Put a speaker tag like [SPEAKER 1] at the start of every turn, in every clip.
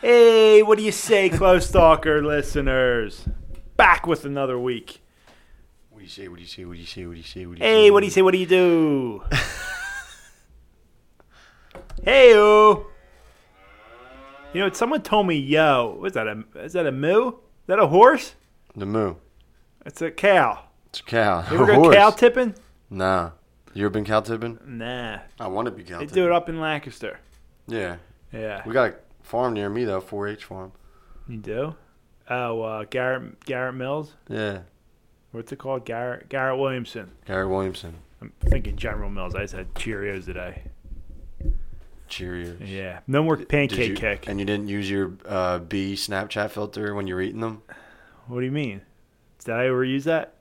[SPEAKER 1] Hey, what do you say, Close Talker listeners? Back with another week.
[SPEAKER 2] What do you say? What do you say? What do you say? What do you say? What do you
[SPEAKER 1] Hey, what do you say? What do you do? hey, You know, someone told me, yo, was that a is that a moo? Is that a horse?
[SPEAKER 2] The moo.
[SPEAKER 1] It's a cow.
[SPEAKER 2] It's a cow.
[SPEAKER 1] You
[SPEAKER 2] a
[SPEAKER 1] ever go
[SPEAKER 2] horse.
[SPEAKER 1] cow tipping?
[SPEAKER 2] nah. You ever been cow tipping?
[SPEAKER 1] Nah,
[SPEAKER 2] I want to be cow
[SPEAKER 1] they
[SPEAKER 2] tipping.
[SPEAKER 1] do it up in Lancaster.
[SPEAKER 2] Yeah.
[SPEAKER 1] Yeah,
[SPEAKER 2] We got a farm near me though, 4-H farm.
[SPEAKER 1] you do. Oh, uh, Garrett Garrett Mills.
[SPEAKER 2] Yeah.
[SPEAKER 1] What's it called? Garrett Garrett Williamson.
[SPEAKER 2] Gary Williamson.
[SPEAKER 1] I'm thinking General Mills. I just had Cheerios today.
[SPEAKER 2] Cheerios.
[SPEAKER 1] Yeah, no more
[SPEAKER 2] Did
[SPEAKER 1] pancake
[SPEAKER 2] you-
[SPEAKER 1] kick.
[SPEAKER 2] And you didn't use your uh, B Snapchat filter when you were eating them?
[SPEAKER 1] What do you mean? Did I overuse that?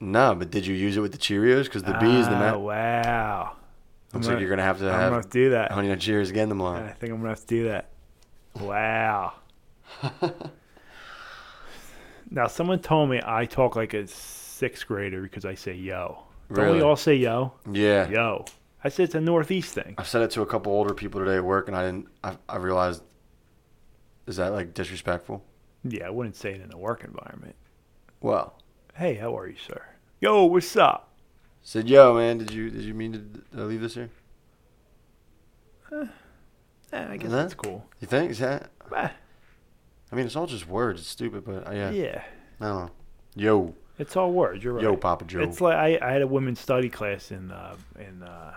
[SPEAKER 2] No, but did you use it with the Cheerios? Because the B is the
[SPEAKER 1] Ah,
[SPEAKER 2] map.
[SPEAKER 1] Wow.
[SPEAKER 2] Looks
[SPEAKER 1] I'm
[SPEAKER 2] like
[SPEAKER 1] a-
[SPEAKER 2] you're gonna have to
[SPEAKER 1] I'm gonna have
[SPEAKER 2] have
[SPEAKER 1] to do that.
[SPEAKER 2] honey nut Cheerios again tomorrow.
[SPEAKER 1] I think I'm gonna have to do that. Wow. now someone told me I talk like a sixth grader because I say yo. Don't
[SPEAKER 2] Really?
[SPEAKER 1] we all say yo?
[SPEAKER 2] Yeah.
[SPEAKER 1] Yo. I said it's a northeast thing.
[SPEAKER 2] I've said it to a couple older people today at work, and I didn't. I, I realized, is that like disrespectful?
[SPEAKER 1] Yeah, I wouldn't say it in a work environment.
[SPEAKER 2] Well,
[SPEAKER 1] Hey, how are you, sir? Yo, what's up?
[SPEAKER 2] said, yo, man, did you did you mean to uh, leave this here?
[SPEAKER 1] Eh, I guess
[SPEAKER 2] Huh?
[SPEAKER 1] that's cool.
[SPEAKER 2] You think is that?
[SPEAKER 1] Eh,
[SPEAKER 2] I mean, it's all just words. It's stupid, but uh, yeah,
[SPEAKER 1] yeah.
[SPEAKER 2] I don't know. Yo,
[SPEAKER 1] It's all words. You're right.
[SPEAKER 2] yo, Papa Joe.
[SPEAKER 1] It's like I, I had a women's study class in uh, in uh,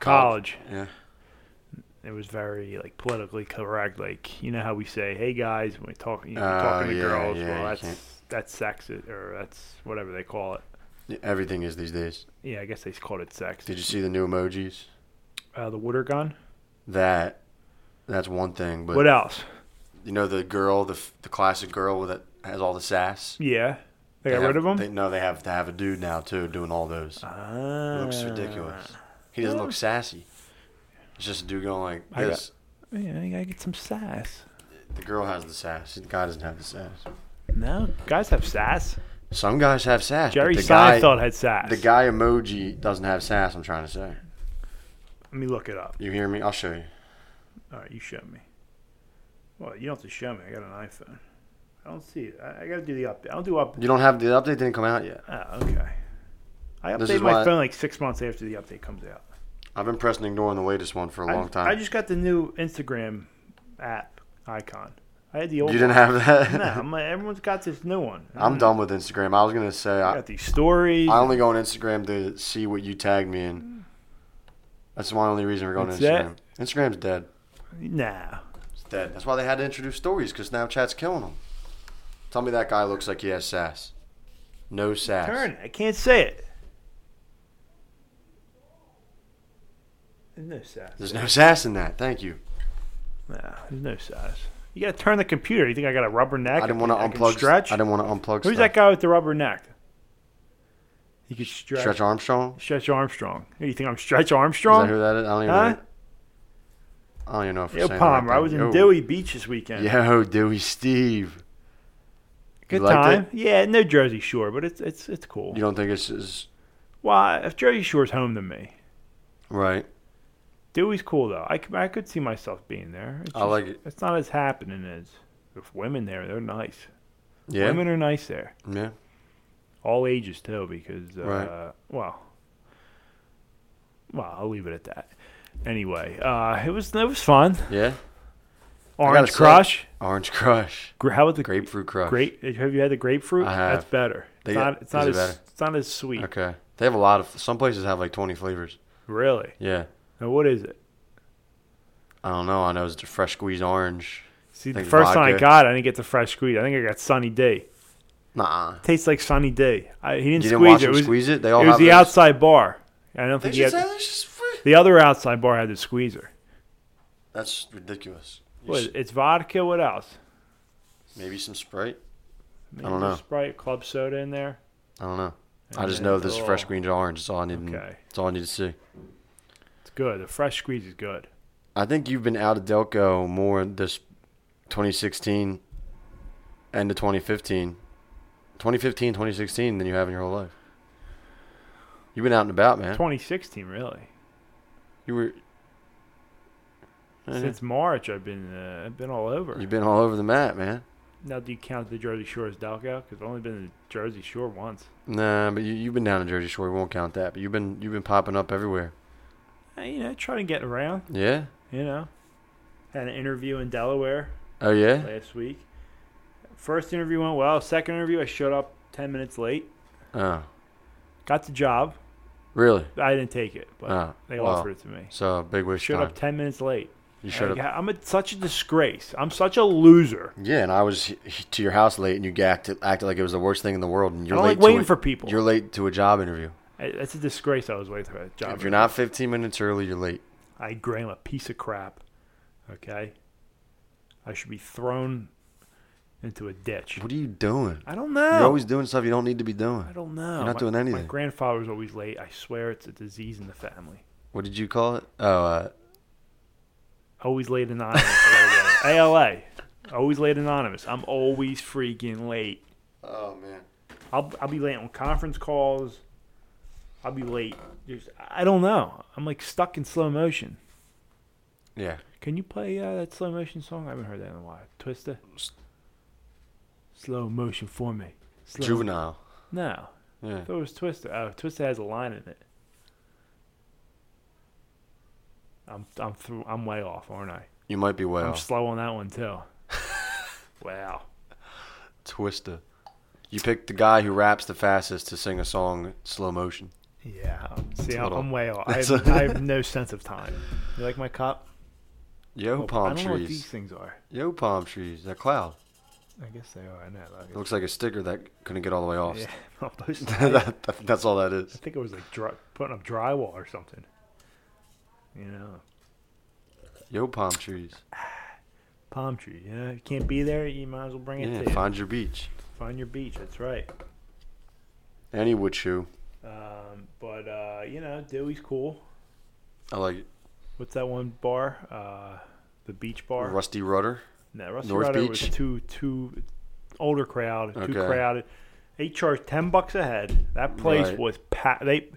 [SPEAKER 1] college.
[SPEAKER 2] College. Yeah.
[SPEAKER 1] It was very like politically correct. Like you know how we say, "Hey guys," when we talk, you know,
[SPEAKER 2] Oh,
[SPEAKER 1] talking to
[SPEAKER 2] yeah,
[SPEAKER 1] girls.
[SPEAKER 2] yeah, you
[SPEAKER 1] well, that's
[SPEAKER 2] can't-
[SPEAKER 1] that's sexist or that's whatever they call it.
[SPEAKER 2] Yeah, Everything is these days.
[SPEAKER 1] Yeah, I guess they called it sex.
[SPEAKER 2] Did you see the new emojis?
[SPEAKER 1] Uh, the water gun.
[SPEAKER 2] That, that's one thing. But
[SPEAKER 1] What else?
[SPEAKER 2] you know the girl, the f- the classic girl that has all the sass.
[SPEAKER 1] Yeah, they got
[SPEAKER 2] have-
[SPEAKER 1] rid of Ah. them.
[SPEAKER 2] They, no, they have to have a dude now too doing all those. It looks ridiculous. He doesn't look sassy. It's just a dude going like
[SPEAKER 1] I got-
[SPEAKER 2] this.
[SPEAKER 1] Yeah, you gotta get some sass.
[SPEAKER 2] The girl has the sass. The guy doesn't have the sass.
[SPEAKER 1] No, guys have sass.
[SPEAKER 2] Some guys have sass. but
[SPEAKER 1] Jerry
[SPEAKER 2] the guy,
[SPEAKER 1] Seinfeld had sass.
[SPEAKER 2] The guy emoji doesn't have sass. I'm trying to say.
[SPEAKER 1] Let me look it up.
[SPEAKER 2] You hear me? I'll show you.
[SPEAKER 1] All right, you show me. Well, you don't have to show me. I got an iPhone. I don't see it. I, I got to do the update. I don't do update.
[SPEAKER 2] You don't have the update. Didn't come out yet.
[SPEAKER 1] Oh, okay. I
[SPEAKER 2] This is
[SPEAKER 1] update my
[SPEAKER 2] why-
[SPEAKER 1] phone like six months after the update comes out.
[SPEAKER 2] I've been pressing ignore on the latest one for a long
[SPEAKER 1] I,
[SPEAKER 2] time.
[SPEAKER 1] I just got the new Instagram app icon. I had the
[SPEAKER 2] you
[SPEAKER 1] old.
[SPEAKER 2] didn't have that.
[SPEAKER 1] No, I'm like, everyone's got this new one.
[SPEAKER 2] I'm done with Instagram. I was gonna say
[SPEAKER 1] I
[SPEAKER 2] I,
[SPEAKER 1] got these stories.
[SPEAKER 2] I only go on Instagram to see what you tagged me in. That's my only reason we're going
[SPEAKER 1] That's
[SPEAKER 2] to
[SPEAKER 1] it?
[SPEAKER 2] Instagram. Instagram's dead.
[SPEAKER 1] nah.
[SPEAKER 2] It's dead. That's why they had to introduce stories because Snapchat's killing them. Tell me that guy looks like he has sass. No sass.
[SPEAKER 1] Turn it. I can't say it. There's no sass.
[SPEAKER 2] There's no sass in that. Thank you.
[SPEAKER 1] Nah, there's no sass. You gotta turn the computer. You think I got a rubber neck?
[SPEAKER 2] I didn't want to
[SPEAKER 1] can
[SPEAKER 2] unplug.
[SPEAKER 1] Stretch.
[SPEAKER 2] I didn't want to unplug.
[SPEAKER 1] Who's
[SPEAKER 2] stuff.
[SPEAKER 1] that guy with the rubber neck? He could stretch.
[SPEAKER 2] Stretch
[SPEAKER 1] Stretch,
[SPEAKER 2] Armstrong.
[SPEAKER 1] Armstrong. Who, you think I'm Stretch
[SPEAKER 2] Is that
[SPEAKER 1] Armstrong?
[SPEAKER 2] who that is? I don't even.
[SPEAKER 1] Huh?
[SPEAKER 2] Know. I don't even know if we're
[SPEAKER 1] Yo,
[SPEAKER 2] saying
[SPEAKER 1] Palmer. I
[SPEAKER 2] The right
[SPEAKER 1] was in
[SPEAKER 2] thing. Yo.
[SPEAKER 1] Dewey Beach this weekend.
[SPEAKER 2] Yo, Dewey Steve.
[SPEAKER 1] Good
[SPEAKER 2] liked
[SPEAKER 1] time.
[SPEAKER 2] it?
[SPEAKER 1] Yeah, no Jersey Shore, but it's it's it's cool.
[SPEAKER 2] You don't think it's, it's
[SPEAKER 1] Why? If Jersey Shore's home to me,
[SPEAKER 2] right?
[SPEAKER 1] Dewey's cool though. I, c- I could see myself being there. It's
[SPEAKER 2] I like it.
[SPEAKER 1] It's not as happening as if women there. They're nice.
[SPEAKER 2] Yeah.
[SPEAKER 1] Women are nice there.
[SPEAKER 2] Yeah.
[SPEAKER 1] all ages too because uh,
[SPEAKER 2] Right.
[SPEAKER 1] well well i'll leave it at that anyway uh it was it was fun
[SPEAKER 2] Yeah. gotta
[SPEAKER 1] orange
[SPEAKER 2] say-
[SPEAKER 1] crush
[SPEAKER 2] Orange Crush.
[SPEAKER 1] Gra- how about the
[SPEAKER 2] Grapefruit Crush.
[SPEAKER 1] grape have you had the grapefruit
[SPEAKER 2] I have.
[SPEAKER 1] that's better
[SPEAKER 2] They
[SPEAKER 1] it's
[SPEAKER 2] got-
[SPEAKER 1] not it's not as
[SPEAKER 2] is it better?
[SPEAKER 1] it's not as sweet
[SPEAKER 2] Okay. They have a lot of. Some places have like 20 flavors.
[SPEAKER 1] really
[SPEAKER 2] Yeah.
[SPEAKER 1] now what is it
[SPEAKER 2] I don't know. I know it's a fresh squeezed orange.
[SPEAKER 1] see the
[SPEAKER 2] Think
[SPEAKER 1] first time i
[SPEAKER 2] vodka.
[SPEAKER 1] got it i didn't get the fresh squeeze i think i got sunny day
[SPEAKER 2] Nah.
[SPEAKER 1] tastes like sunny day I, he
[SPEAKER 2] You
[SPEAKER 1] didn't
[SPEAKER 2] didn't
[SPEAKER 1] squeeze
[SPEAKER 2] watch
[SPEAKER 1] it it
[SPEAKER 2] them
[SPEAKER 1] was,
[SPEAKER 2] squeeze it. They
[SPEAKER 1] it
[SPEAKER 2] all
[SPEAKER 1] was
[SPEAKER 2] have
[SPEAKER 1] the
[SPEAKER 2] those-
[SPEAKER 1] outside bar i don't
[SPEAKER 2] They
[SPEAKER 1] think he
[SPEAKER 2] should
[SPEAKER 1] had
[SPEAKER 2] say this is free.
[SPEAKER 1] the other outside bar had the squeezer
[SPEAKER 2] That's ridiculous. You
[SPEAKER 1] what,
[SPEAKER 2] s-
[SPEAKER 1] it's vodka what else
[SPEAKER 2] Maybe some Sprite.
[SPEAKER 1] Maybe
[SPEAKER 2] don't know.
[SPEAKER 1] sprite club soda in there
[SPEAKER 2] I don't know. I
[SPEAKER 1] And
[SPEAKER 2] just
[SPEAKER 1] then
[SPEAKER 2] know
[SPEAKER 1] it's
[SPEAKER 2] this is
[SPEAKER 1] all-
[SPEAKER 2] fresh squeezed orange. That's all I need.
[SPEAKER 1] Okay.
[SPEAKER 2] That's all I need to see.
[SPEAKER 1] It's good. The fresh squeeze is good.
[SPEAKER 2] I think you've been out of Delco more this 2016 and the 2015. 2015, 2016 than you have in your whole life. You've been out and about, man.
[SPEAKER 1] 2016, really.
[SPEAKER 2] You were
[SPEAKER 1] Since March, I've been uh, I've been all over.
[SPEAKER 2] Uh-huh. You've been all over the map, man.
[SPEAKER 1] Now, do you count the Jersey Shore's Delco? Because I've only been to Jersey Shore once.
[SPEAKER 2] Nah, but you, you've been down to Jersey Shore. We won't count that. But you've been you've been popping up everywhere.
[SPEAKER 1] I, you know, trying to get around.
[SPEAKER 2] Yeah.
[SPEAKER 1] You know, had an interview in Delaware
[SPEAKER 2] Oh yeah.
[SPEAKER 1] last week. First interview went well. Second interview, I showed up ten minutes late.
[SPEAKER 2] Oh,
[SPEAKER 1] Got the job.
[SPEAKER 2] really?
[SPEAKER 1] I didn't take it, but
[SPEAKER 2] Oh,
[SPEAKER 1] they
[SPEAKER 2] well,
[SPEAKER 1] offered it to me.
[SPEAKER 2] So big wish
[SPEAKER 1] Showed
[SPEAKER 2] time.
[SPEAKER 1] up ten minutes late.
[SPEAKER 2] You showed
[SPEAKER 1] Like,
[SPEAKER 2] up.
[SPEAKER 1] I'm a, such a disgrace. I'm such a loser.
[SPEAKER 2] Yeah, and I was h- h- to your house late, and you acted acted like it was the worst thing in the world, and
[SPEAKER 1] I
[SPEAKER 2] you're
[SPEAKER 1] don't
[SPEAKER 2] late
[SPEAKER 1] like waiting
[SPEAKER 2] to a,
[SPEAKER 1] for people.
[SPEAKER 2] You're late to a job interview.
[SPEAKER 1] I- That's a disgrace. I was late for a job.
[SPEAKER 2] If you're not 15 minutes early, you're late.
[SPEAKER 1] I agree. I'm a piece of crap. Okay. I should be thrown into a ditch.
[SPEAKER 2] What are you doing?
[SPEAKER 1] I don't know.
[SPEAKER 2] You're always doing stuff you don't need to be
[SPEAKER 1] I
[SPEAKER 2] doing.
[SPEAKER 1] don't know.
[SPEAKER 2] you're not
[SPEAKER 1] my,
[SPEAKER 2] doing
[SPEAKER 1] My
[SPEAKER 2] anything.
[SPEAKER 1] grandfather was always late. I swear it's a disease in the family.
[SPEAKER 2] What did you call it? Oh, uh,
[SPEAKER 1] Always late anonymous. I gotta go. ALA. Always late anonymous. I'm always freaking late.
[SPEAKER 2] oh man.
[SPEAKER 1] I'll I'll be late on conference calls. I'll be late. Just, I don't know. I'm like stuck in slow motion.
[SPEAKER 2] Yeah.
[SPEAKER 1] Can you play uh, that slow motion song? I haven't heard that in a while. Twister.
[SPEAKER 2] S-
[SPEAKER 1] Slow motion for me. Slow.
[SPEAKER 2] Juvenile.
[SPEAKER 1] No,
[SPEAKER 2] Yeah.
[SPEAKER 1] I thought it was Twister. Oh, Twister has a line in it. I'm I'm through. I'm way off, aren't I?
[SPEAKER 2] You might be well.
[SPEAKER 1] I'm slow on that one too. wow.
[SPEAKER 2] Twista. You picked the guy who raps the fastest to sing a song slow motion.
[SPEAKER 1] Yeah. See,
[SPEAKER 2] a
[SPEAKER 1] I'm,
[SPEAKER 2] little-
[SPEAKER 1] I'm way off. I
[SPEAKER 2] that's
[SPEAKER 1] have,
[SPEAKER 2] a-
[SPEAKER 1] I have no sense of time. You like my cup?
[SPEAKER 2] Yo,
[SPEAKER 1] Oh, I
[SPEAKER 2] palm
[SPEAKER 1] don't know what these
[SPEAKER 2] trees.
[SPEAKER 1] things are.
[SPEAKER 2] Yo, palm trees. That cloud.
[SPEAKER 1] I guess they are. I know. I
[SPEAKER 2] It looks like a sticker that couldn't get all the way off.
[SPEAKER 1] guess- yeah. Those-
[SPEAKER 2] that, that- that's all that is.
[SPEAKER 1] I think it was like dry, putting up drywall or something. You know,
[SPEAKER 2] Yo, palm trees.
[SPEAKER 1] palm tree. You know, you can't be there. You might as well bring it
[SPEAKER 2] Yeah,
[SPEAKER 1] to you.
[SPEAKER 2] find your beach.
[SPEAKER 1] Find your beach. That's right.
[SPEAKER 2] Any wood shoe.
[SPEAKER 1] Um, but uh, you know, Dewey's cool.
[SPEAKER 2] I like it.
[SPEAKER 1] What's that one bar? Uh, the beach bar.
[SPEAKER 2] Rusty Rudder.
[SPEAKER 1] no, Rusty
[SPEAKER 2] North
[SPEAKER 1] Rudder was
[SPEAKER 2] Beach?
[SPEAKER 1] too too older crowd, too
[SPEAKER 2] Okay.
[SPEAKER 1] crowded. They charged ten bucks a head. That place
[SPEAKER 2] Right.
[SPEAKER 1] was packed. They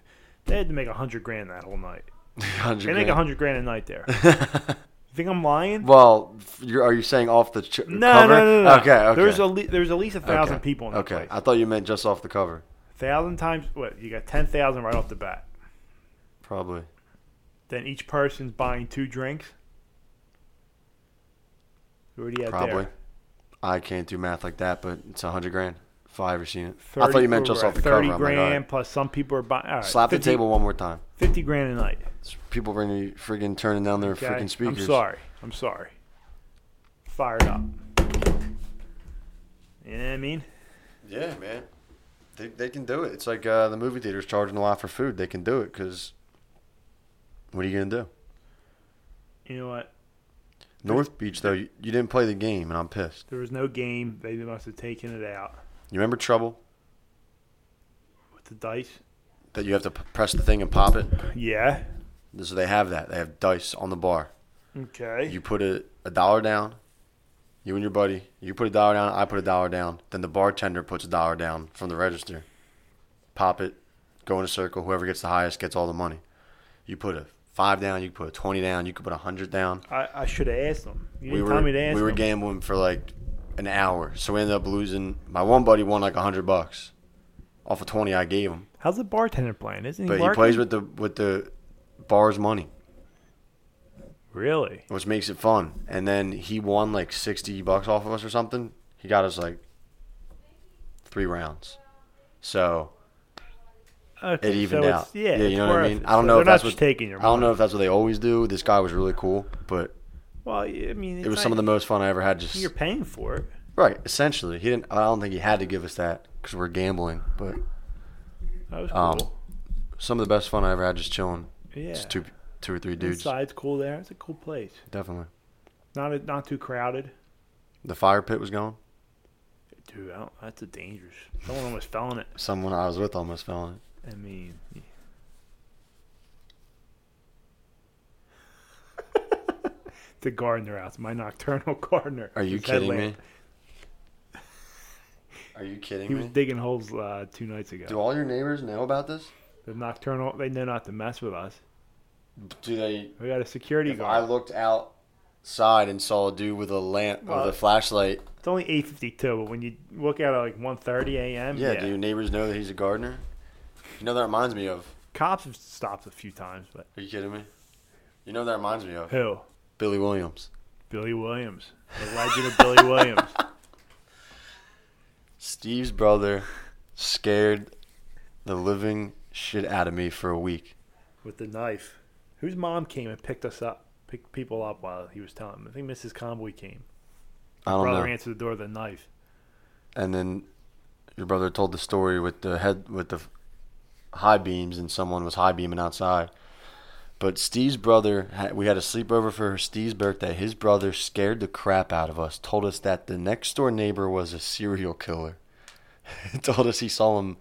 [SPEAKER 1] they had to make a hundred grand that whole night. They
[SPEAKER 2] Hundred
[SPEAKER 1] make a
[SPEAKER 2] grand.
[SPEAKER 1] hundred grand a night there. you think I'm lying?
[SPEAKER 2] Well, f- you're, are you saying off the ch-
[SPEAKER 1] No,
[SPEAKER 2] cover?
[SPEAKER 1] no, no, no.
[SPEAKER 2] Okay, okay.
[SPEAKER 1] There's a there's at least a thousand
[SPEAKER 2] Okay.
[SPEAKER 1] people in that
[SPEAKER 2] Okay,
[SPEAKER 1] place.
[SPEAKER 2] I thought you meant just off the cover.
[SPEAKER 1] thousand times what? You got ten thousand right off the bat.
[SPEAKER 2] Probably.
[SPEAKER 1] Then each person's buying two drinks. What do you have
[SPEAKER 2] Probably.
[SPEAKER 1] there?
[SPEAKER 2] I can't do math like that, but it's a hundred grand. If I ever seen it.
[SPEAKER 1] 30,
[SPEAKER 2] I thought you meant just
[SPEAKER 1] we're
[SPEAKER 2] off the
[SPEAKER 1] at Thirty
[SPEAKER 2] cover. I'm like,
[SPEAKER 1] grand
[SPEAKER 2] all right.
[SPEAKER 1] plus some people are buying. All right,
[SPEAKER 2] Slap
[SPEAKER 1] 50
[SPEAKER 2] the table one more time.
[SPEAKER 1] Fifty grand a night.
[SPEAKER 2] People are going to be friggin' turning down their
[SPEAKER 1] Okay?
[SPEAKER 2] freaking speakers.
[SPEAKER 1] I'm sorry. I'm sorry. Fired up. You know what I mean?
[SPEAKER 2] Yeah, man. They, they can do it. It's like uh, the movie theater's charging a lot for food. They can do it because what are you going to do?
[SPEAKER 1] You know what?
[SPEAKER 2] North Beach, though, you, you didn't play the game, and I'm pissed.
[SPEAKER 1] There was no game. They must have taken it out
[SPEAKER 2] You remember Trouble?
[SPEAKER 1] with the dice.
[SPEAKER 2] That you have to p- press the thing and pop it?
[SPEAKER 1] Yeah.
[SPEAKER 2] So they have that. They have dice on the bar.
[SPEAKER 1] Okay.
[SPEAKER 2] You put a, a dollar down. You and your buddy, you put a dollar down. I put a dollar down. Then the bartender puts a dollar down from the register. Pop it, go in a circle. Whoever gets the highest gets all the money. You put a five down. You could put a twenty down. You could put a hundred down.
[SPEAKER 1] I, I should have asked them. You
[SPEAKER 2] we
[SPEAKER 1] didn't
[SPEAKER 2] were
[SPEAKER 1] tell me to ask
[SPEAKER 2] we were
[SPEAKER 1] them.
[SPEAKER 2] gambling for like an hour, so we ended up losing. My one buddy won like a hundred bucks off of twenty I gave him,
[SPEAKER 1] How's the bartender playing? Isn't he
[SPEAKER 2] but he
[SPEAKER 1] working?
[SPEAKER 2] plays with the with the bar's money,
[SPEAKER 1] really?
[SPEAKER 2] which makes it fun. And then he won like sixty bucks off of us or something. He got us like three rounds, so
[SPEAKER 1] Okay,
[SPEAKER 2] it evened
[SPEAKER 1] so
[SPEAKER 2] out.
[SPEAKER 1] It's, yeah,
[SPEAKER 2] you
[SPEAKER 1] it's
[SPEAKER 2] know what I
[SPEAKER 1] worth
[SPEAKER 2] mean.
[SPEAKER 1] it.
[SPEAKER 2] I don't
[SPEAKER 1] So
[SPEAKER 2] know
[SPEAKER 1] they're
[SPEAKER 2] if that's
[SPEAKER 1] not
[SPEAKER 2] what
[SPEAKER 1] just taking your
[SPEAKER 2] I don't know
[SPEAKER 1] money.
[SPEAKER 2] if that's what they always do. This guy was really cool, but
[SPEAKER 1] Well, I mean,
[SPEAKER 2] it was some of the most fun I ever had. Just
[SPEAKER 1] You're paying for it.
[SPEAKER 2] right, essentially. He didn't. I don't think he had to give us that because we're gambling, but.
[SPEAKER 1] That was cool.
[SPEAKER 2] Um, some of the best fun I ever had just chilling.
[SPEAKER 1] yeah.
[SPEAKER 2] Just two, two or three dudes.
[SPEAKER 1] Inside's cool there. It's a cool place.
[SPEAKER 2] Definitely.
[SPEAKER 1] Not a, not too crowded.
[SPEAKER 2] The fire pit was going.
[SPEAKER 1] Dude, I don't, that's a dangerous. Someone almost fell in it.
[SPEAKER 2] Someone I was with almost fell in it.
[SPEAKER 1] I mean, the gardener out. My nocturnal gardener.
[SPEAKER 2] Are you
[SPEAKER 1] His
[SPEAKER 2] kidding
[SPEAKER 1] headlamp.
[SPEAKER 2] me? Are you kidding
[SPEAKER 1] He was
[SPEAKER 2] me?
[SPEAKER 1] digging holes uh, two nights ago.
[SPEAKER 2] Do all your neighbors know about this?
[SPEAKER 1] The nocturnal, they know not to mess with us.
[SPEAKER 2] Do they?
[SPEAKER 1] We got a security
[SPEAKER 2] If I
[SPEAKER 1] guard.
[SPEAKER 2] looked out outside and saw a dude with a lamp
[SPEAKER 1] Well,
[SPEAKER 2] with a flashlight.
[SPEAKER 1] It's only eight fifty two, but when you look out at like 1.30 a.m.,
[SPEAKER 2] Yeah, do your neighbors know that he's a gardener? You know that reminds me of.
[SPEAKER 1] cops have stopped a few times, but
[SPEAKER 2] Are you kidding me? You know that reminds me of
[SPEAKER 1] who?
[SPEAKER 2] Billy Williams.
[SPEAKER 1] Billy Williams, the legend of Billy Williams.
[SPEAKER 2] Steve's brother scared the living shit out of me for a week.
[SPEAKER 1] with the knife. Whose mom came and picked us up, picked people up while he was telling them. I think Mrs. Convoy came.
[SPEAKER 2] I don't
[SPEAKER 1] Brother
[SPEAKER 2] know.
[SPEAKER 1] answered the door with a knife.
[SPEAKER 2] and then your brother told the story with the head with the high beams and someone was high beaming outside but steve's brother had- we had a sleepover for steve's birthday his brother scared the crap out of us told us that the next door neighbor was a serial killer told us he saw him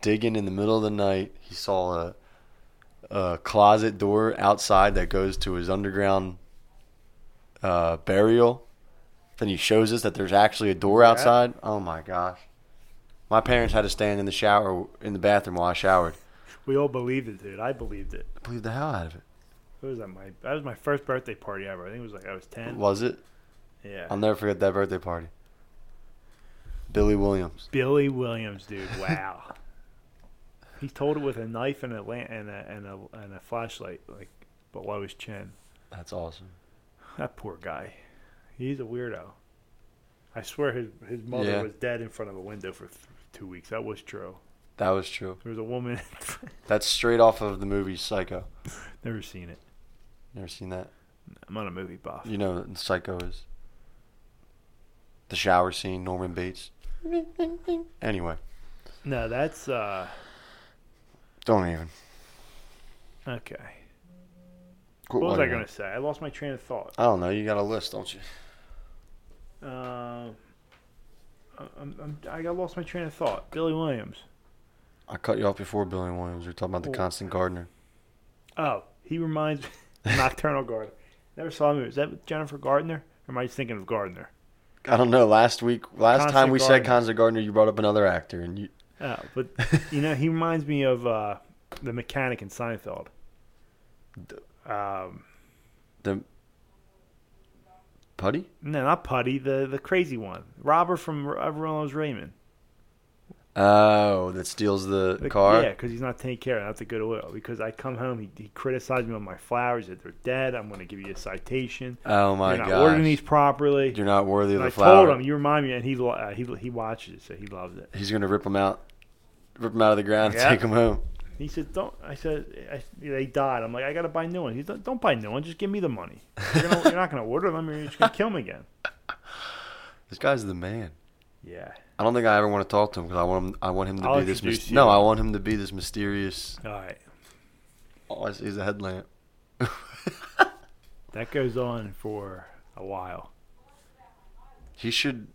[SPEAKER 2] digging in the middle of the night he saw a, a closet door outside that goes to his underground uh, burial then he shows us that there's actually a door outside oh my gosh my parents had to stand in the shower in the bathroom while i showered
[SPEAKER 1] We all believed it, dude. I believed it.
[SPEAKER 2] believe the hell out of it.
[SPEAKER 1] What was that? My that was my first birthday party ever. I think it was like I was ten.
[SPEAKER 2] Was it?
[SPEAKER 1] yeah.
[SPEAKER 2] I'll never forget that birthday party. Billy Williams.
[SPEAKER 1] Billy Williams, dude. Wow. he told it with a knife and a lan- and a and a, and a flashlight, like below his chin.
[SPEAKER 2] That's awesome.
[SPEAKER 1] That poor guy. He's a weirdo. I swear his his mother
[SPEAKER 2] Yeah.
[SPEAKER 1] was dead in front of a window for th- two weeks. That was true.
[SPEAKER 2] That was true.
[SPEAKER 1] There was a woman.
[SPEAKER 2] That's straight off of the movie Psycho.
[SPEAKER 1] Never seen it.
[SPEAKER 2] Never seen that.
[SPEAKER 1] I'm not a movie buff.
[SPEAKER 2] You know what Psycho is. The shower scene, Norman Bates. Anyway,
[SPEAKER 1] No, that's uh
[SPEAKER 2] don't even.
[SPEAKER 1] okay.
[SPEAKER 2] Quit
[SPEAKER 1] What was I
[SPEAKER 2] whining.
[SPEAKER 1] gonna say? I lost my train of thought.
[SPEAKER 2] I don't know. You got a list, don't you?
[SPEAKER 1] Um, I- I'm, I'm, I got lost my train of thought. Billy Williams.
[SPEAKER 2] I cut you off before Billy Williams. You're talking about the
[SPEAKER 1] Well-
[SPEAKER 2] constant gardener.
[SPEAKER 1] Oh, he reminds me. Nocturnal Gardener. Never saw him. Is that with Jennifer Gardner? Or am I just thinking of Gardner?
[SPEAKER 2] I don't know. Last week, last time
[SPEAKER 1] Constant
[SPEAKER 2] we said
[SPEAKER 1] Gardener.
[SPEAKER 2] constant gardener, you brought up another actor, and you
[SPEAKER 1] Oh, but you know, he reminds me of uh, the mechanic in Seinfeld. Um,
[SPEAKER 2] the putty.
[SPEAKER 1] no, not Putty. The the crazy one, Robert from R- uh, Rollins Raymond.
[SPEAKER 2] Oh, that steals the,
[SPEAKER 1] The-
[SPEAKER 2] car.
[SPEAKER 1] Yeah, because he's not taking care of it. That's a good oil. Because I come home, he, he criticized me on my flowers that they're dead. I'm going to give you a citation.
[SPEAKER 2] Oh my
[SPEAKER 1] You're not
[SPEAKER 2] god!
[SPEAKER 1] ordering these properly.
[SPEAKER 2] You're not worthy of
[SPEAKER 1] and I
[SPEAKER 2] the flower.
[SPEAKER 1] told him, you remind me, and he lo- uh, he he watches it, so he loves it.
[SPEAKER 2] He's gonna rip them out, rip them out of the ground,
[SPEAKER 1] Yeah.
[SPEAKER 2] and take them home.
[SPEAKER 1] He said, "Don't." I said, I, "They died." I'm like, "I got to buy new ones." He said, "Don't buy new ones. Just give me the money. You're, gonna, you're not going to order them. You're just going to kill them again."
[SPEAKER 2] This guy's the man.
[SPEAKER 1] Yeah.
[SPEAKER 2] I don't think I ever want to talk to him because I want him. I want him to
[SPEAKER 1] I'll
[SPEAKER 2] be this.
[SPEAKER 1] introduce
[SPEAKER 2] Mis-
[SPEAKER 1] you.
[SPEAKER 2] no, I want him to be this mysterious.
[SPEAKER 1] All right.
[SPEAKER 2] Oh, I see is a headlamp.
[SPEAKER 1] That goes on for a while.
[SPEAKER 2] He should.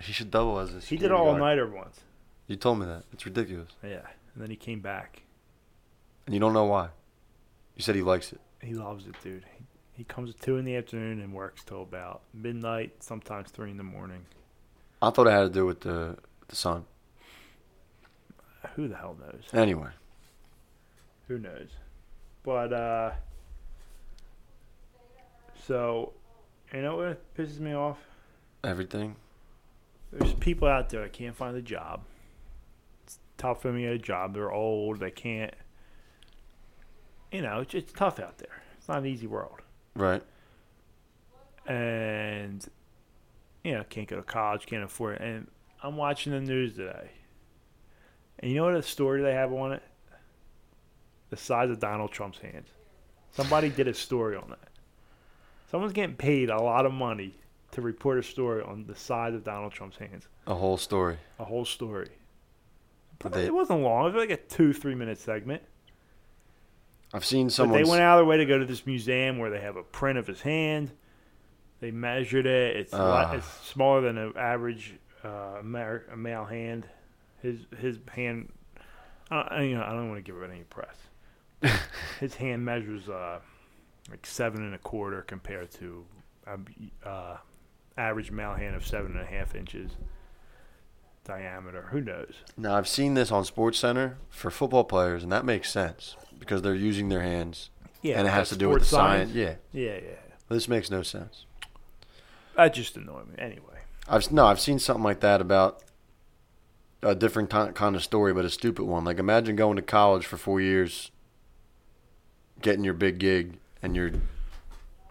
[SPEAKER 2] He should double as this.
[SPEAKER 1] He did all nighter once.
[SPEAKER 2] You told me that. It's ridiculous,
[SPEAKER 1] Yeah, and then he came back.
[SPEAKER 2] and you don't know why. You said he likes it.
[SPEAKER 1] He loves it, dude. He, he comes at two in the afternoon and works till about midnight, sometimes three in the morning.
[SPEAKER 2] I thought it had to do with the the sun.
[SPEAKER 1] Who the hell knows?
[SPEAKER 2] Anyway,
[SPEAKER 1] Who knows? But uh, so you know what pisses me off?
[SPEAKER 2] everything.
[SPEAKER 1] There's people out there that can't find a job. It's tough for them to get a job. They're old. They can't. You know, it's, it's tough out there. It's not an easy world.
[SPEAKER 2] Right.
[SPEAKER 1] and you know can't go to college, can't afford it. And I'm watching the news today, and you know what a story they have on it? The size of Donald Trump's hands. Somebody did a story on that. Someone's getting paid a lot of money to report a story on the size of Donald Trump's hands.
[SPEAKER 2] A whole story.
[SPEAKER 1] A whole story. But
[SPEAKER 2] But they-
[SPEAKER 1] it wasn't long. It was like a two, three minute segment.
[SPEAKER 2] I've seen
[SPEAKER 1] But
[SPEAKER 2] someone.
[SPEAKER 1] they went out of their way to go to this museum where they have a print of his hand. They measured it. It's, a lot,
[SPEAKER 2] Ah.
[SPEAKER 1] it's smaller than an average uh, Amer- a male hand. His his hand. I, I- you know, I don't want to give it any press. his hand measures uh, like seven and a quarter compared to um, uh, average male hand of seven and a half inches diameter. Who knows?
[SPEAKER 2] Now I've seen this on Sports Center for football players, and that makes sense because they're using their hands,
[SPEAKER 1] Yeah,
[SPEAKER 2] and it
[SPEAKER 1] that's
[SPEAKER 2] has to do with the
[SPEAKER 1] sports
[SPEAKER 2] science. Yeah,
[SPEAKER 1] Yeah, yeah.
[SPEAKER 2] This makes no sense.
[SPEAKER 1] That just annoyed me. Anyway,
[SPEAKER 2] I've no, I've seen something like that about a different ti- kind of story, but a stupid one. Like imagine going to college for four years, getting your big gig, and your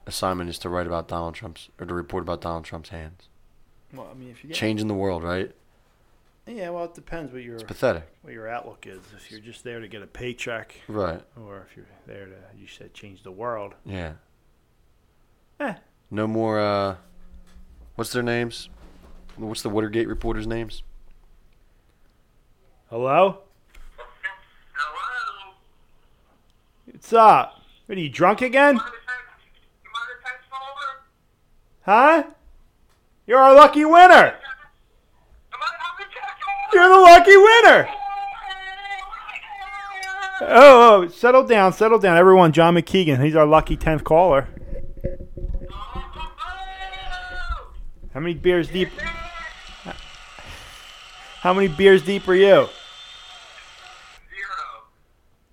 [SPEAKER 2] assignment is to write about Donald Trump's or to report about Donald Trump's hands,
[SPEAKER 1] well, I mean, if you get
[SPEAKER 2] changing the world. Right?
[SPEAKER 1] yeah, well, it depends what your
[SPEAKER 2] It's pathetic.
[SPEAKER 1] what your outlook is. If you're just there to get a paycheck,
[SPEAKER 2] Right?
[SPEAKER 1] or if you're there to, you said, change the world.
[SPEAKER 2] Yeah.
[SPEAKER 1] Eh.
[SPEAKER 2] No more. uh What's their names? What's the Watergate reporters' names?
[SPEAKER 1] Hello, what's up? What are you drunk again? Huh? You're our lucky winner. You're the lucky winner. Oh, oh, settle down, settle down, everyone. John McKeegan, he's our lucky tenth caller. How many beers deep? How many beers deep are you?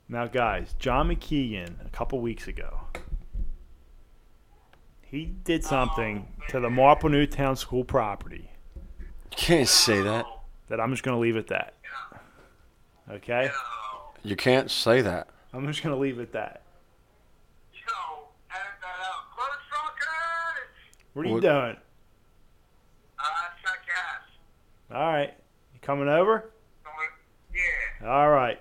[SPEAKER 1] Now, guys, John McKeegan, a couple weeks ago, he did something to the Marple Newtown school property
[SPEAKER 2] You can't say that.
[SPEAKER 1] that I'm just going to leave at that. Okay?
[SPEAKER 2] You can't say that.
[SPEAKER 1] I'm just going to leave at that. What are you
[SPEAKER 2] What-
[SPEAKER 1] doing? All right. You coming over? All right.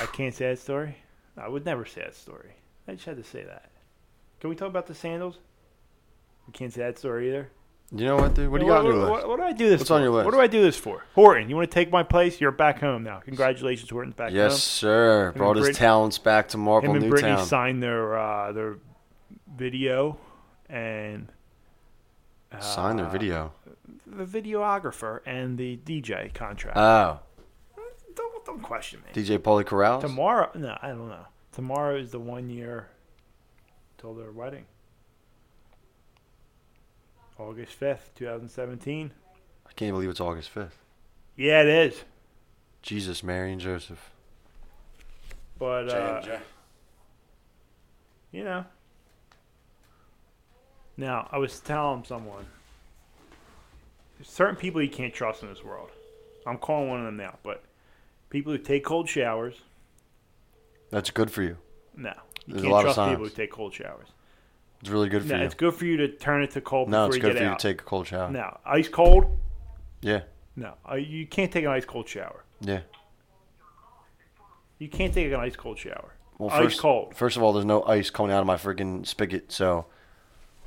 [SPEAKER 1] I can't say that story. I would never say that story. I just had to say that. Can we talk about the sandals? We can't say that story either.
[SPEAKER 2] You know what, dude? What do you
[SPEAKER 1] what,
[SPEAKER 2] got on your
[SPEAKER 1] what-
[SPEAKER 2] list?
[SPEAKER 1] what do I do this?
[SPEAKER 2] What's
[SPEAKER 1] for?
[SPEAKER 2] on your list?
[SPEAKER 1] What do I do this for? Horton, you want to take my place? You're back home now. Congratulations, Horton's back
[SPEAKER 2] Yes, sir. Brought his
[SPEAKER 1] Brit-
[SPEAKER 2] talents back to
[SPEAKER 1] home.
[SPEAKER 2] Marple
[SPEAKER 1] Him and Brittany
[SPEAKER 2] Newtown.
[SPEAKER 1] signed their uh, their video, and uh,
[SPEAKER 2] Sign their video.
[SPEAKER 1] The videographer and the DJ contract.
[SPEAKER 2] Oh,
[SPEAKER 1] don't, don't question me.
[SPEAKER 2] DJ Pauly Corrales.
[SPEAKER 1] Tomorrow? No, I don't know. Tomorrow is the one year till their wedding. August fifth, two thousand seventeen.
[SPEAKER 2] I can't believe it's August fifth.
[SPEAKER 1] Yeah, it is.
[SPEAKER 2] Jesus, Mary, and Joseph.
[SPEAKER 1] But uh, you know. Now, I was telling someone, there's certain people you can't trust in this world. I'm calling one of them now, but people who take cold showers,
[SPEAKER 2] That's good for you.
[SPEAKER 1] no. You
[SPEAKER 2] There's a
[SPEAKER 1] can't
[SPEAKER 2] lot of
[SPEAKER 1] trust people who
[SPEAKER 2] signs.
[SPEAKER 1] take cold showers.
[SPEAKER 2] It's really good for
[SPEAKER 1] No,
[SPEAKER 2] you.
[SPEAKER 1] it's good for you to turn it to cold
[SPEAKER 2] no,
[SPEAKER 1] before
[SPEAKER 2] it's
[SPEAKER 1] you
[SPEAKER 2] good
[SPEAKER 1] get
[SPEAKER 2] for you
[SPEAKER 1] out.
[SPEAKER 2] to take a cold shower.
[SPEAKER 1] now, ice cold?
[SPEAKER 2] Yeah,
[SPEAKER 1] No. Uh, You can't take an ice cold shower.
[SPEAKER 2] yeah.
[SPEAKER 1] You can't take an ice cold shower.
[SPEAKER 2] Well,
[SPEAKER 1] Ice
[SPEAKER 2] first,
[SPEAKER 1] cold.
[SPEAKER 2] First of all, there's no ice coming out of my freaking spigot, so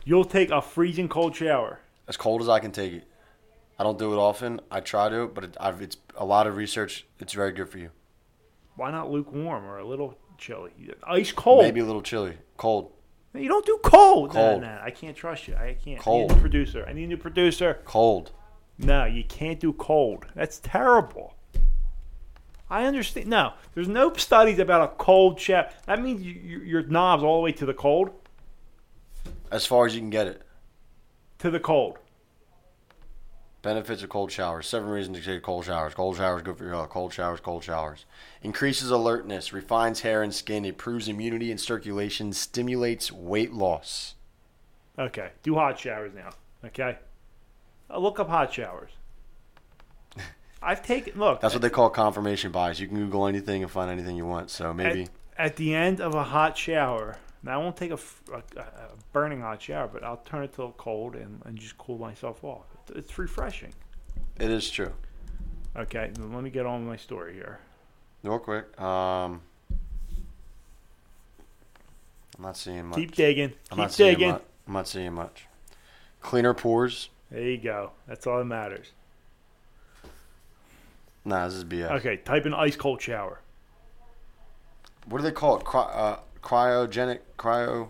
[SPEAKER 1] You'll take a freezing cold shower.
[SPEAKER 2] as cold as I can take it. I don't do it often. I try to, but it, I've, it's a lot of research. It's very good for you.
[SPEAKER 1] Why not lukewarm or a little chilly? Ice cold.
[SPEAKER 2] Maybe a little chilly. Cold.
[SPEAKER 1] You don't do cold.
[SPEAKER 2] Cold.
[SPEAKER 1] No, no, I can't trust you. I can't.
[SPEAKER 2] Cold.
[SPEAKER 1] I need a producer. I need a new producer.
[SPEAKER 2] Cold.
[SPEAKER 1] No, you can't do cold. That's terrible. I understand. No, there's no studies about a cold shower. That means you, you, your knobs all the way to the cold,
[SPEAKER 2] As far as you can get it.
[SPEAKER 1] to the cold.
[SPEAKER 2] Benefits of cold showers. Seven reasons to take cold showers. Cold showers good for your health. Cold showers, cold showers. Increases alertness, refines hair and skin, improves immunity and circulation, stimulates weight loss.
[SPEAKER 1] Okay, do hot showers now. Okay, Uh, look up hot showers. I've taken look.
[SPEAKER 2] That's what they call confirmation bias. You can Google anything and find anything you want. So maybe
[SPEAKER 1] at the end of a hot shower. Now I won't take a, f- a- a- a burning hot shower, but I'll turn it to a cold and, and just cool myself off. It's, it's refreshing.
[SPEAKER 2] it is true.
[SPEAKER 1] Okay, then let me get on with my story here.
[SPEAKER 2] Real quick. Um, I'm not seeing much.
[SPEAKER 1] Keep digging.
[SPEAKER 2] I'm
[SPEAKER 1] Keep
[SPEAKER 2] not seeing
[SPEAKER 1] digging.
[SPEAKER 2] much. I'm not seeing much. Cleaner pores.
[SPEAKER 1] There you go. That's all that matters.
[SPEAKER 2] Nah, this is BS.
[SPEAKER 1] Okay, type in ice cold shower.
[SPEAKER 2] What do they call it? Cry- uh, cryogenic cryo.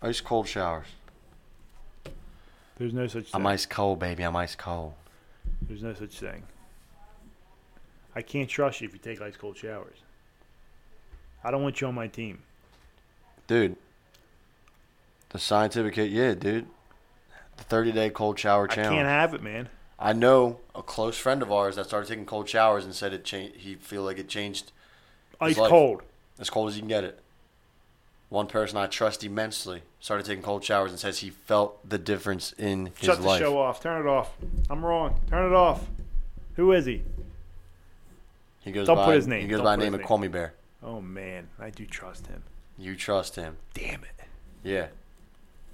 [SPEAKER 2] Ice cold showers.
[SPEAKER 1] There's no such thing.
[SPEAKER 2] I'm ice cold, baby. I'm ice cold.
[SPEAKER 1] There's no such thing. I can't trust you if you take ice cold showers. I don't want you on my team.
[SPEAKER 2] Dude. The scientific hit, yeah, dude. The 30 day cold shower
[SPEAKER 1] I can't
[SPEAKER 2] challenge.
[SPEAKER 1] have it, man.
[SPEAKER 2] I know a close friend of ours that started taking cold showers and said it changed. He feel like it changed
[SPEAKER 1] Ice
[SPEAKER 2] life.
[SPEAKER 1] cold.
[SPEAKER 2] as cold as you can get it. One person I trust immensely started taking cold showers and says he felt the difference in his
[SPEAKER 1] Shut the
[SPEAKER 2] life.
[SPEAKER 1] show off. Turn it off. I'm wrong. Turn it off. Who is he?
[SPEAKER 2] He goes
[SPEAKER 1] Don't
[SPEAKER 2] by,
[SPEAKER 1] put his name.
[SPEAKER 2] He goes
[SPEAKER 1] Don't
[SPEAKER 2] by
[SPEAKER 1] put
[SPEAKER 2] the
[SPEAKER 1] his
[SPEAKER 2] name of
[SPEAKER 1] name.
[SPEAKER 2] Call Me Bear.
[SPEAKER 1] Oh man, I do trust him.
[SPEAKER 2] You trust him.
[SPEAKER 1] Damn it.
[SPEAKER 2] Yeah.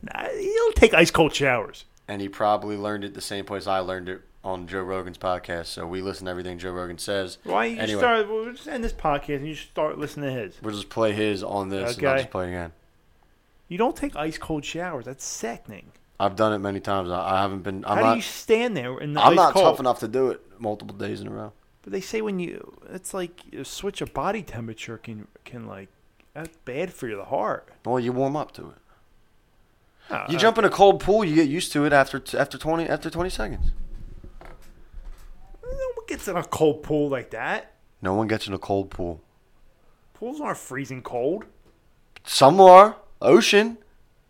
[SPEAKER 1] Nah, he'll take ice cold showers.
[SPEAKER 2] And he probably learned it the same place I learned it on Joe Rogan's podcast. So we listen to everything Joe Rogan says.
[SPEAKER 1] Why you
[SPEAKER 2] Anyway.
[SPEAKER 1] start? We'll just end this podcast and you just start listening to his.
[SPEAKER 2] We'll just play his on this and I'll
[SPEAKER 1] Okay.
[SPEAKER 2] just play again.
[SPEAKER 1] You don't take ice cold showers. That's sickening.
[SPEAKER 2] I've done it many times. I, I haven't been. I'm
[SPEAKER 1] How
[SPEAKER 2] not,
[SPEAKER 1] do you stand there in the
[SPEAKER 2] I'm
[SPEAKER 1] ice
[SPEAKER 2] not
[SPEAKER 1] cold?
[SPEAKER 2] tough enough to do it multiple days in a row.
[SPEAKER 1] But they say when you, it's like a switch of body temperature can can like that's bad for your heart.
[SPEAKER 2] Well, you warm up to it.
[SPEAKER 1] Uh,
[SPEAKER 2] You jump in a cold pool, you get used to it after t- after twenty after twenty seconds.
[SPEAKER 1] No one gets in a cold pool like that.
[SPEAKER 2] No one gets in a cold pool.
[SPEAKER 1] Pools aren't freezing cold.
[SPEAKER 2] Some are ocean.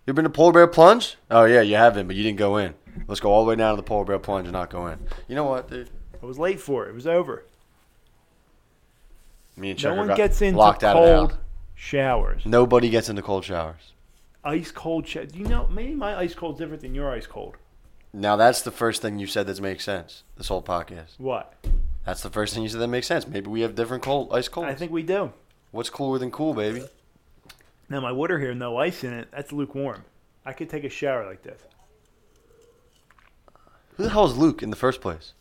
[SPEAKER 2] You been to polar bear plunge? Oh yeah, you have been, but you didn't go in. Let's go all the way down to the polar bear plunge and not go in. You know what, dude?
[SPEAKER 1] I was late for it. It was over.
[SPEAKER 2] Me and
[SPEAKER 1] No
[SPEAKER 2] Checker
[SPEAKER 1] one
[SPEAKER 2] got
[SPEAKER 1] gets into
[SPEAKER 2] locked out of
[SPEAKER 1] cold
[SPEAKER 2] the house.
[SPEAKER 1] showers.
[SPEAKER 2] Nobody gets into cold showers.
[SPEAKER 1] Ice cold shower. You know, maybe my ice cold's different than your ice cold.
[SPEAKER 2] Now that's the first thing you said that makes sense. This whole podcast.
[SPEAKER 1] What?
[SPEAKER 2] That's the first thing you said that makes sense. Maybe we have different cold ice cold.
[SPEAKER 1] I think we do.
[SPEAKER 2] What's cooler than cool, baby?
[SPEAKER 1] Now my water here, no ice in it. That's lukewarm. I could take a shower like this.
[SPEAKER 2] Who the hell is Luke in the first place?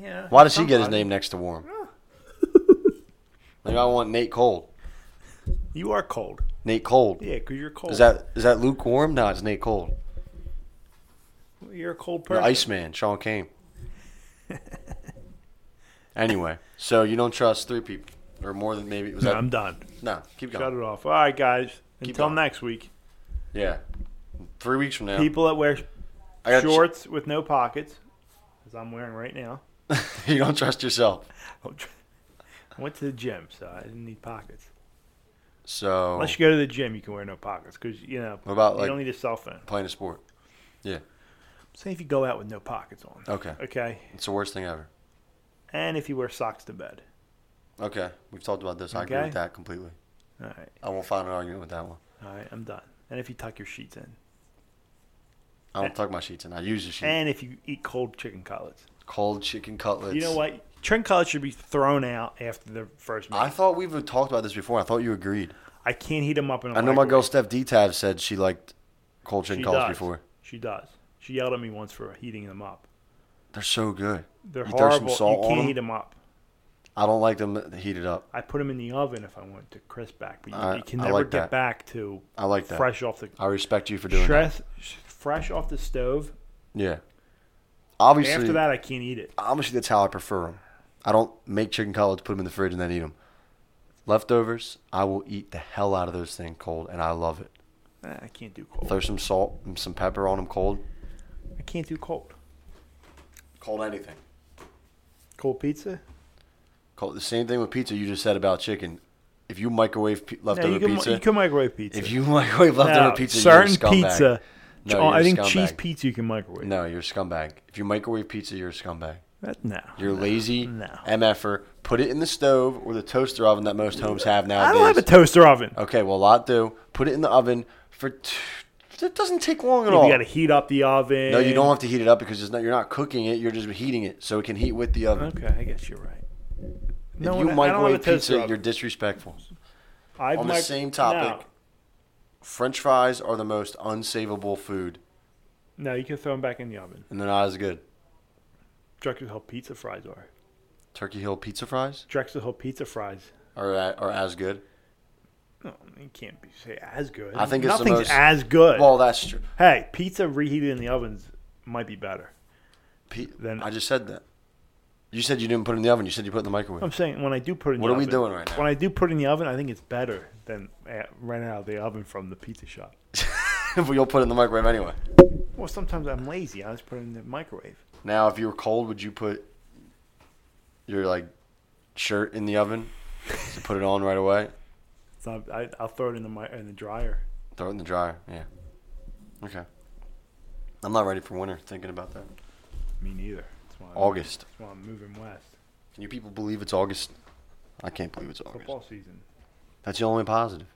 [SPEAKER 1] Yeah.
[SPEAKER 2] Why does he get his
[SPEAKER 1] somebody.
[SPEAKER 2] name next to warm? Maybe I want Nate Cold.
[SPEAKER 1] You are cold.
[SPEAKER 2] Nate Cold.
[SPEAKER 1] Yeah, because you're cold.
[SPEAKER 2] Is that is that lukewarm? No, it's Nate Cold.
[SPEAKER 1] you're a cold
[SPEAKER 2] The
[SPEAKER 1] person.
[SPEAKER 2] Iceman, Sean Kane. anyway, so you don't trust three people or more than maybe was
[SPEAKER 1] No,
[SPEAKER 2] that
[SPEAKER 1] I'm done.
[SPEAKER 2] no? Keep
[SPEAKER 1] Shut
[SPEAKER 2] going.
[SPEAKER 1] it off. All right, guys.
[SPEAKER 2] Keep
[SPEAKER 1] Until
[SPEAKER 2] going.
[SPEAKER 1] next week.
[SPEAKER 2] Yeah, three weeks from now.
[SPEAKER 1] People that wear
[SPEAKER 2] I got
[SPEAKER 1] shorts with no pockets, as I'm wearing right now.
[SPEAKER 2] you don't trust yourself.
[SPEAKER 1] I went to the gym, so I didn't need pockets.
[SPEAKER 2] So
[SPEAKER 1] Unless you go to the gym, you can wear no pockets because you know
[SPEAKER 2] What about,
[SPEAKER 1] you
[SPEAKER 2] like-
[SPEAKER 1] don't need a cell phone.
[SPEAKER 2] playing a sport.
[SPEAKER 1] Say if you go out with no pockets on.
[SPEAKER 2] Okay,
[SPEAKER 1] Okay,
[SPEAKER 2] it's the worst thing ever.
[SPEAKER 1] and if you wear socks to bed.
[SPEAKER 2] Okay, we've talked about this. I agree
[SPEAKER 1] Okay.
[SPEAKER 2] with that completely.
[SPEAKER 1] All right,
[SPEAKER 2] I won't find an argument with that one.
[SPEAKER 1] all right, I'm done. And if you tuck your sheets in,
[SPEAKER 2] I
[SPEAKER 1] Eh.
[SPEAKER 2] don't tuck my sheets in. I use the sheet.
[SPEAKER 1] and if you eat cold chicken cutlets,
[SPEAKER 2] Cold chicken cutlets.
[SPEAKER 1] you know what? Chicken cutlets should be thrown out after the first meal.
[SPEAKER 2] I
[SPEAKER 1] I,
[SPEAKER 2] thought we've talked about this before. I thought you agreed.
[SPEAKER 1] can't heat them up in a
[SPEAKER 2] I know my girl
[SPEAKER 1] microwave.
[SPEAKER 2] Steph D Tav said she liked cold chicken
[SPEAKER 1] She
[SPEAKER 2] collars
[SPEAKER 1] does.
[SPEAKER 2] before.
[SPEAKER 1] She does. She yelled at me once for heating them up.
[SPEAKER 2] They're so good.
[SPEAKER 1] They're
[SPEAKER 2] You throw some
[SPEAKER 1] horrible.
[SPEAKER 2] salt
[SPEAKER 1] you
[SPEAKER 2] on
[SPEAKER 1] can't
[SPEAKER 2] 'em?
[SPEAKER 1] heat them up.
[SPEAKER 2] I don't like them heated up.
[SPEAKER 1] I put them in the oven if I want to crisp back, but you,
[SPEAKER 2] I-
[SPEAKER 1] you can
[SPEAKER 2] I
[SPEAKER 1] never
[SPEAKER 2] like
[SPEAKER 1] get
[SPEAKER 2] that.
[SPEAKER 1] back to
[SPEAKER 2] I like that.
[SPEAKER 1] fresh off the
[SPEAKER 2] I respect you for doing that.
[SPEAKER 1] stress, fresh off the stove.
[SPEAKER 2] Yeah. Obviously,
[SPEAKER 1] After that, I can't eat it.
[SPEAKER 2] obviously that's how I prefer them. I don't make chicken cutlets, put them in the fridge, and then eat them. Leftovers, I will eat the hell out of those things cold, and I love it.
[SPEAKER 1] Eh, I can't do cold.
[SPEAKER 2] Throw some salt and some pepper on them cold.
[SPEAKER 1] I can't do cold.
[SPEAKER 2] Cold anything.
[SPEAKER 1] Cold pizza?
[SPEAKER 2] Cold. The same thing with pizza you just said about chicken. If you microwave p-
[SPEAKER 1] No,
[SPEAKER 2] leftover
[SPEAKER 1] you can,
[SPEAKER 2] pizza,
[SPEAKER 1] you can microwave pizza.
[SPEAKER 2] If you microwave leftover
[SPEAKER 1] No,
[SPEAKER 2] pizza,
[SPEAKER 1] certain
[SPEAKER 2] you're a scumbag.
[SPEAKER 1] pizza.
[SPEAKER 2] No,
[SPEAKER 1] oh,
[SPEAKER 2] you're
[SPEAKER 1] I
[SPEAKER 2] a
[SPEAKER 1] think cheese
[SPEAKER 2] scumbag.
[SPEAKER 1] pizza you can microwave.
[SPEAKER 2] No, you're a scumbag. If you microwave pizza, you're a scumbag.
[SPEAKER 1] That, no.
[SPEAKER 2] You're a lazy
[SPEAKER 1] no.
[SPEAKER 2] mf'er. Put it in the stove or the toaster oven that most homes have
[SPEAKER 1] I
[SPEAKER 2] nowadays.
[SPEAKER 1] don't have a toaster oven.
[SPEAKER 2] okay, well, a lot do. Put it in the oven for. T- it doesn't take long at
[SPEAKER 1] You
[SPEAKER 2] all.
[SPEAKER 1] got to heat up the oven.
[SPEAKER 2] no, you don't have to heat it up because it's not. You're not cooking it. You're just heating it, so it can heat with the oven.
[SPEAKER 1] Okay, I guess you're right. No,
[SPEAKER 2] if
[SPEAKER 1] I- I don't
[SPEAKER 2] you
[SPEAKER 1] have a
[SPEAKER 2] microwave
[SPEAKER 1] toaster
[SPEAKER 2] pizza,
[SPEAKER 1] oven.
[SPEAKER 2] you're disrespectful.
[SPEAKER 1] I've
[SPEAKER 2] on the
[SPEAKER 1] mic-
[SPEAKER 2] same
[SPEAKER 1] No.
[SPEAKER 2] topic, French fries are the most unsavable food,
[SPEAKER 1] No, you can throw them back in the oven.
[SPEAKER 2] and they're not as good.
[SPEAKER 1] Drexel Hill pizza fries are.
[SPEAKER 2] Turkey Hill pizza fries
[SPEAKER 1] Drexel Hill pizza fries.
[SPEAKER 2] are are uh, as good.
[SPEAKER 1] No, it can't be say as good.
[SPEAKER 2] I think it's the
[SPEAKER 1] nothing's
[SPEAKER 2] most-
[SPEAKER 1] as good.
[SPEAKER 2] Well, that's true.
[SPEAKER 1] hey, pizza reheated in the ovens might be better.
[SPEAKER 2] Pe-
[SPEAKER 1] Then-
[SPEAKER 2] I just said that. You said you didn't put it in the oven. You said you put it in the microwave.
[SPEAKER 1] I'm saying when I do put it in
[SPEAKER 2] What
[SPEAKER 1] the
[SPEAKER 2] are we
[SPEAKER 1] oven-
[SPEAKER 2] doing right now?
[SPEAKER 1] When I do put it in the oven, I think it's better than uh, right out of the oven from the pizza shop.
[SPEAKER 2] but you'll put it in the microwave anyway.
[SPEAKER 1] Well, sometimes I'm lazy. I just put it in the microwave.
[SPEAKER 2] Now, if you were cold, would you put your like shirt in the oven to put it on right away?
[SPEAKER 1] So I, I, I'll throw it in the mi- in the dryer.
[SPEAKER 2] Throw it in the dryer. Yeah. Okay. I'm not ready for winter. Thinking about that.
[SPEAKER 1] Me neither. That's why, I'm,
[SPEAKER 2] August.
[SPEAKER 1] that's why I'm moving west.
[SPEAKER 2] Can you people believe it's August? I can't believe it's August.
[SPEAKER 1] Football season.
[SPEAKER 2] That's the only positive.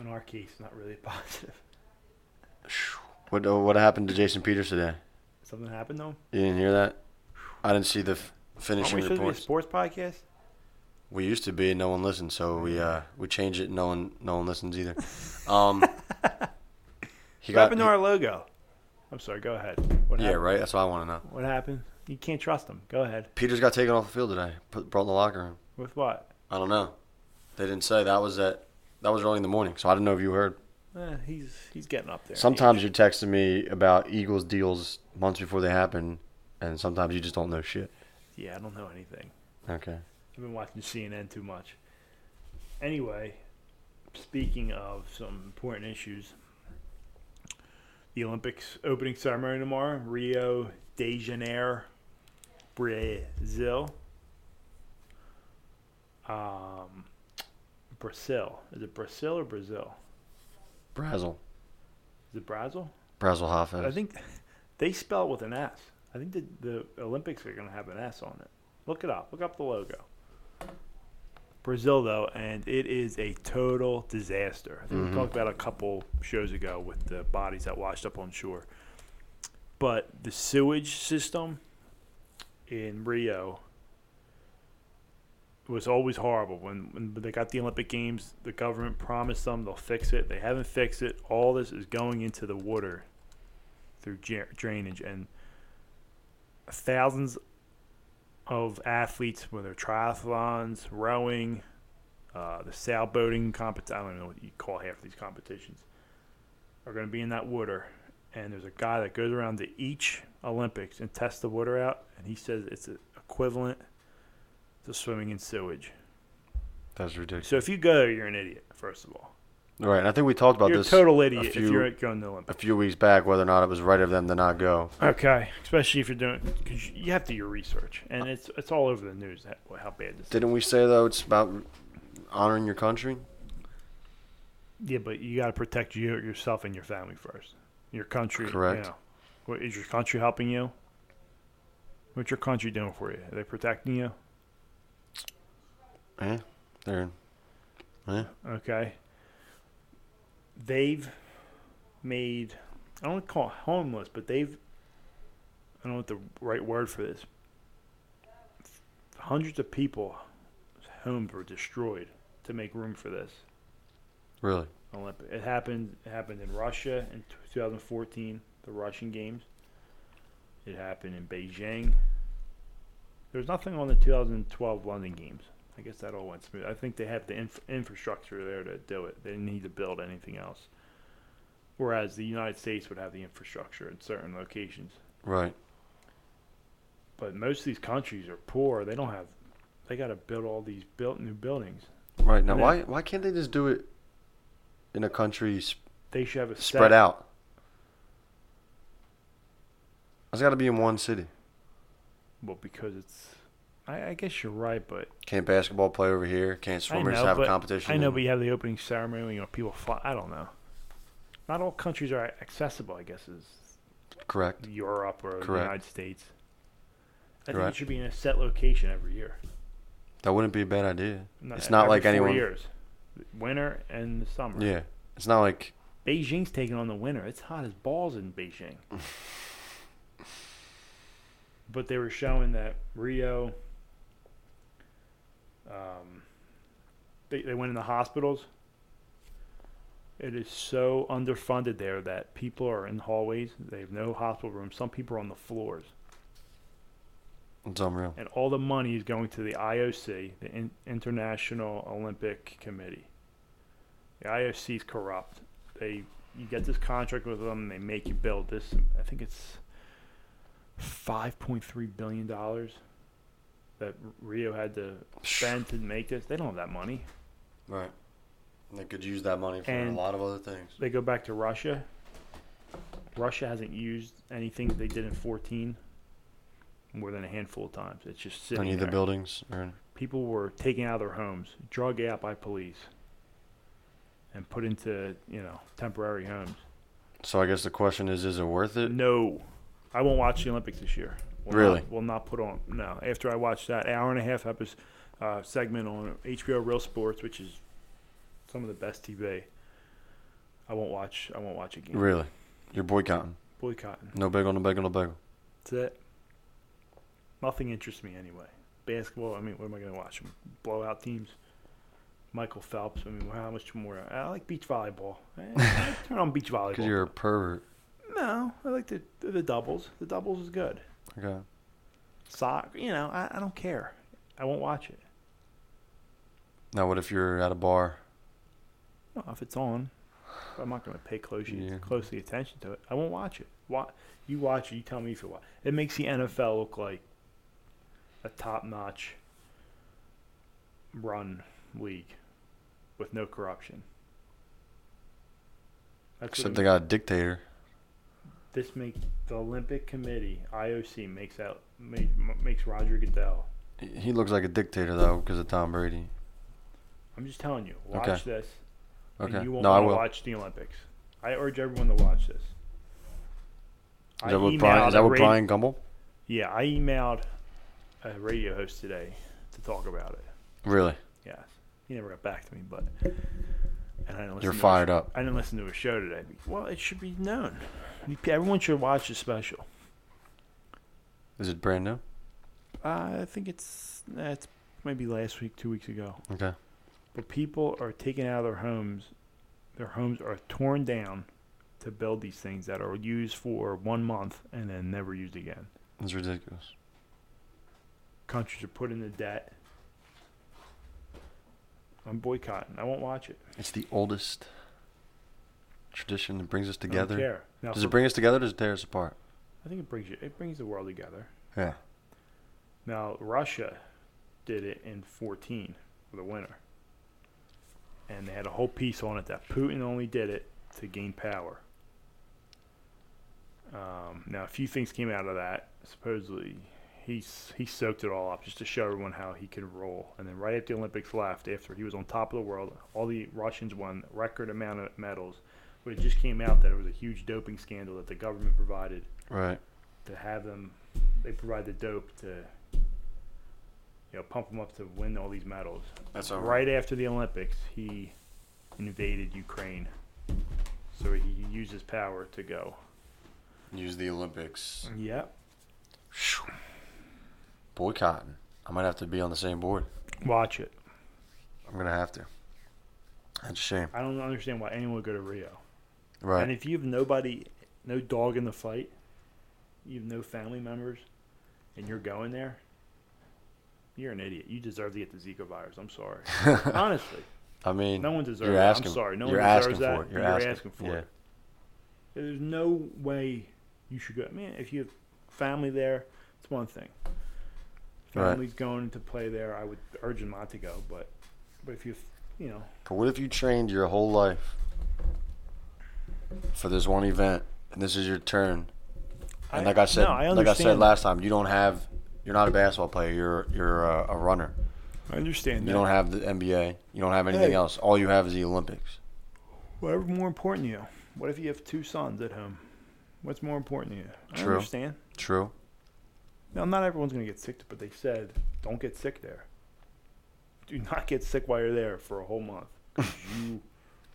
[SPEAKER 1] in our case, not really positive.
[SPEAKER 2] What uh, what happened to Jason Peters today?
[SPEAKER 1] Something happened though.
[SPEAKER 2] You didn't hear that? I didn't see the f-
[SPEAKER 1] Aren't we
[SPEAKER 2] finishing
[SPEAKER 1] supposed to be a
[SPEAKER 2] reports.
[SPEAKER 1] sports podcast?
[SPEAKER 2] We used to be, and no one listened, so we uh we changed it. and No one no one listens either. Um, he
[SPEAKER 1] What
[SPEAKER 2] got
[SPEAKER 1] happened to our logo? I'm sorry. Go ahead. What
[SPEAKER 2] yeah
[SPEAKER 1] happened?
[SPEAKER 2] right. That's what I want to know.
[SPEAKER 1] What happened? You can't trust them. Go ahead.
[SPEAKER 2] Peters got taken off the field today. Put, brought in the locker room.
[SPEAKER 1] With what?
[SPEAKER 2] I don't know. They didn't say that was at that was early in the morning, so I didn't know if you heard.
[SPEAKER 1] Eh, he's he's getting up there.
[SPEAKER 2] Sometimes you're texting me about Eagles deals months before they happen, and sometimes you just don't know shit.
[SPEAKER 1] Yeah, I don't know anything.
[SPEAKER 2] Okay.
[SPEAKER 1] I've been watching CNN too much. Anyway, speaking of some important issues, the Olympics opening ceremony tomorrow, Rio de Janeiro, Brazil. Um, Brazil. Is it Brazil or Brazil?
[SPEAKER 2] Brazel.
[SPEAKER 1] Is it Brazil?
[SPEAKER 2] Brazel
[SPEAKER 1] I
[SPEAKER 2] Hoffa.
[SPEAKER 1] think they spell it with an S. I think the, the Olympics are going to have an S on it. Look it up. Look up the logo. Brazil, though, and it is a total disaster. I think
[SPEAKER 2] Mhm.
[SPEAKER 1] We talked about it a couple shows ago with the bodies that washed up on shore. But the sewage system in Rio was always horrible. When, when they got the Olympic Games, the government promised them they'll fix it. They haven't fixed it. All this is going into the water through dra- drainage, and thousands of athletes, whether triathlons, rowing, uh, the sailboating competition, I don't know what you call half these competitions, are going to be in that water. And there's a guy that goes around to each Olympics and tests the water out, and he says it's a- equivalent to swimming in sewage.
[SPEAKER 2] That's ridiculous.
[SPEAKER 1] So if you go, you're an idiot, first of all.
[SPEAKER 2] All right. And I think we talked about
[SPEAKER 1] you're a
[SPEAKER 2] this
[SPEAKER 1] total idiot
[SPEAKER 2] few-
[SPEAKER 1] if you're going to the Olympics.
[SPEAKER 2] a few weeks back whether or not it was right of them to not go.
[SPEAKER 1] Okay, especially if you're doing, because you have to do your research, and it's it's all over the news that, how bad this. is.
[SPEAKER 2] Didn't we say though it's about honoring your country?
[SPEAKER 1] Yeah, but you got to protect you yourself and your family first. Your country,
[SPEAKER 2] Correct.
[SPEAKER 1] You know. What- is your country helping you? What's your country doing for you? Are they protecting you?
[SPEAKER 2] Eh? They're eh?
[SPEAKER 1] Okay. They've made I don't wanna call it homeless, but they've I don't know what the right word for this. Hundreds of people homes were destroyed to make room for this.
[SPEAKER 2] Really?
[SPEAKER 1] Olympic. It happened. It happened in Russia in 2014, the Russian Games. It happened in Beijing. There was nothing on the 2012 London Games. I guess that all went smooth. I think they have the inf- infrastructure there to do it. They didn't need to build anything else. Whereas the United States would have the infrastructure in certain locations.
[SPEAKER 2] Right.
[SPEAKER 1] But most of these countries are poor. They don't have. They got to build all these built new buildings.
[SPEAKER 2] Right. Now
[SPEAKER 1] And
[SPEAKER 2] why why can't they just do it in a country sp-
[SPEAKER 1] They should have a
[SPEAKER 2] spread
[SPEAKER 1] set-
[SPEAKER 2] out? It's got to be in one city.
[SPEAKER 1] Well, because it's. I, I guess you're right, but
[SPEAKER 2] Can't basketball play over here? Can't swimmers
[SPEAKER 1] know,
[SPEAKER 2] have a
[SPEAKER 1] but-
[SPEAKER 2] competition?
[SPEAKER 1] I know,
[SPEAKER 2] in-
[SPEAKER 1] but you have the opening ceremony. when, You know, people fly. I don't know. Not all countries are accessible. I guess is
[SPEAKER 2] correct.
[SPEAKER 1] Europe or the
[SPEAKER 2] Correct.
[SPEAKER 1] United States. I think it
[SPEAKER 2] Correct.
[SPEAKER 1] should be in a set location every year.
[SPEAKER 2] That wouldn't be a bad idea.
[SPEAKER 1] Not,
[SPEAKER 2] It's not
[SPEAKER 1] every
[SPEAKER 2] like
[SPEAKER 1] four
[SPEAKER 2] anyone-
[SPEAKER 1] Years, winter and the summer.
[SPEAKER 2] Yeah. It's not like
[SPEAKER 1] Beijing's taking on the winter. It's hot as balls in Beijing. but they were showing that Rio. Um, they, they went in the hospitals. It is so underfunded there that people are in hallways. They have no hospital rooms. Some people are on the floors.
[SPEAKER 2] it's unreal.
[SPEAKER 1] And all the money is going to the IOC, the In- International Olympic Committee. The IOC is corrupt. They you get this contract with them, they make you build this. I think it's five point three billion dollars that Rio had to spend to make this. They don't have that money.
[SPEAKER 2] Right. They could use that money for
[SPEAKER 1] And-
[SPEAKER 2] a lot of other things.
[SPEAKER 1] They go back to Russia. Russia hasn't used anything that they did in fourteen more than a handful of times. It's just sitting
[SPEAKER 2] Any of the
[SPEAKER 1] there.
[SPEAKER 2] buildings or
[SPEAKER 1] people were taken out of their homes, drug out by police, and put into you know temporary homes.
[SPEAKER 2] So I guess the question is, is it worth it?
[SPEAKER 1] No, I won't watch the Olympics this year. Will
[SPEAKER 2] Really?
[SPEAKER 1] Not, will not put on. No. After I watched that hour and a half episode uh, segment on HBO Real Sports, which is some of the best TV, I won't watch. I won't watch again.
[SPEAKER 2] Really? You're boycotting.
[SPEAKER 1] Boycotting.
[SPEAKER 2] No bagel, no bagel, no bagel.
[SPEAKER 1] That's it. Nothing interests me anyway. Basketball. I mean, what am I going to watch? Blowout teams. Michael Phelps. I mean, how much more? I like beach volleyball. Eh, I turn on beach volleyball.
[SPEAKER 2] Because you're a pervert.
[SPEAKER 1] No, I like the the doubles. The doubles is good.
[SPEAKER 2] Okay.
[SPEAKER 1] Soccer. You know, I, I don't care. I won't watch it.
[SPEAKER 2] Now, what if you're at a bar?
[SPEAKER 1] No, if it's on, but I'm not going to pay closely
[SPEAKER 2] Yeah.
[SPEAKER 1] closely attention to it. I won't watch it. Why? You watch it. You tell me if you watch. It makes the NFL look like a top notch run league with no corruption. That's what
[SPEAKER 2] Except
[SPEAKER 1] it
[SPEAKER 2] they got a dictator.
[SPEAKER 1] this make the Olympic Committee IOC makes that make, makes Roger Goodell.
[SPEAKER 2] He he looks like a dictator, though, because of Tom Brady.
[SPEAKER 1] I'm just telling you, watch
[SPEAKER 2] Okay.
[SPEAKER 1] this,
[SPEAKER 2] Okay.
[SPEAKER 1] and you won't
[SPEAKER 2] No, I
[SPEAKER 1] want to
[SPEAKER 2] will.
[SPEAKER 1] watch the Olympics. I urge everyone to watch this.
[SPEAKER 2] Is that what
[SPEAKER 1] emailed
[SPEAKER 2] Brian, is that
[SPEAKER 1] a
[SPEAKER 2] what
[SPEAKER 1] radi-
[SPEAKER 2] Brian Gumble?
[SPEAKER 1] Yeah, I emailed a radio host today to talk about it.
[SPEAKER 2] Really?
[SPEAKER 1] Yeah, he never got back to me, but and I didn't listen
[SPEAKER 2] You're
[SPEAKER 1] to his-
[SPEAKER 2] fired up.
[SPEAKER 1] I didn't listen to a show today. Well, it should be known. Everyone should watch the special.
[SPEAKER 2] Is it brand new?
[SPEAKER 1] Uh, I think it's uh, it's maybe last week, two weeks ago.
[SPEAKER 2] Okay.
[SPEAKER 1] But people are taken out of their homes. Their homes are torn down to build these things that are used for one month and then never used again.
[SPEAKER 2] It's ridiculous.
[SPEAKER 1] Countries are put into debt. I'm boycotting. I won't watch it.
[SPEAKER 2] It's the oldest tradition that brings us
[SPEAKER 1] I don't
[SPEAKER 2] together.
[SPEAKER 1] care. Now,
[SPEAKER 2] Does
[SPEAKER 1] for-
[SPEAKER 2] it bring us together or does it tear us apart?
[SPEAKER 1] I think it brings you, it brings the world together.
[SPEAKER 2] Yeah.
[SPEAKER 1] Now Russia did it in 14 for the winter, and they had a whole piece on it that Putin only did it to gain power. Um, now a few things came out of that. Supposedly, he s- he soaked it all up just to show everyone how he could roll. And then right after the Olympics left, after he was on top of the world, all the Russians won record amount of medals. But it just came out that it was a huge doping scandal that the government provided
[SPEAKER 2] Right.
[SPEAKER 1] to have them they provide the dope to you know pump them up to win all these medals
[SPEAKER 2] That's all
[SPEAKER 1] right after the olympics he invaded ukraine so he used his power to go
[SPEAKER 2] Use the Olympics.
[SPEAKER 1] yep
[SPEAKER 2] Boycotting. I might have to be on the same board.
[SPEAKER 1] watch it
[SPEAKER 2] I'm going to have to. That's a shame.
[SPEAKER 1] i don't understand why anyone would go to rio and
[SPEAKER 2] Right.
[SPEAKER 1] if you have nobody no dog in the fight you have no family members and you're going there you're an idiot you deserve to get the zika virus i'm sorry honestly
[SPEAKER 2] I mean,
[SPEAKER 1] No one deserves
[SPEAKER 2] you're
[SPEAKER 1] that.
[SPEAKER 2] asking,
[SPEAKER 1] I'm sorry. No
[SPEAKER 2] you're
[SPEAKER 1] one deserves
[SPEAKER 2] asking
[SPEAKER 1] that.
[SPEAKER 2] for it.
[SPEAKER 1] You're, asking, for
[SPEAKER 2] yeah.
[SPEAKER 1] it. There's no way you should go. Man, if you have family there, it's one thing.
[SPEAKER 2] Right.
[SPEAKER 1] Family's going to play there. I would urge them not to go, but but if you you know
[SPEAKER 2] But what if you trained your whole life for this one event, and this is your turn? And like I said,
[SPEAKER 1] no, I
[SPEAKER 2] like I said
[SPEAKER 1] understand.
[SPEAKER 2] last time, you don't have, you're not a basketball player. You're you're a, a runner.
[SPEAKER 1] I understand
[SPEAKER 2] You
[SPEAKER 1] that.
[SPEAKER 2] don't have the NBA. You don't have anything
[SPEAKER 1] Hey.
[SPEAKER 2] else. All you have is the Olympics.
[SPEAKER 1] Whatever more important to you. What if you have two sons at home? What's more important to you? I
[SPEAKER 2] True.
[SPEAKER 1] understand.
[SPEAKER 2] True.
[SPEAKER 1] Now, not everyone's going to get sick, but they said don't get sick there. Do not get sick while you're there for a whole month. 'cause you,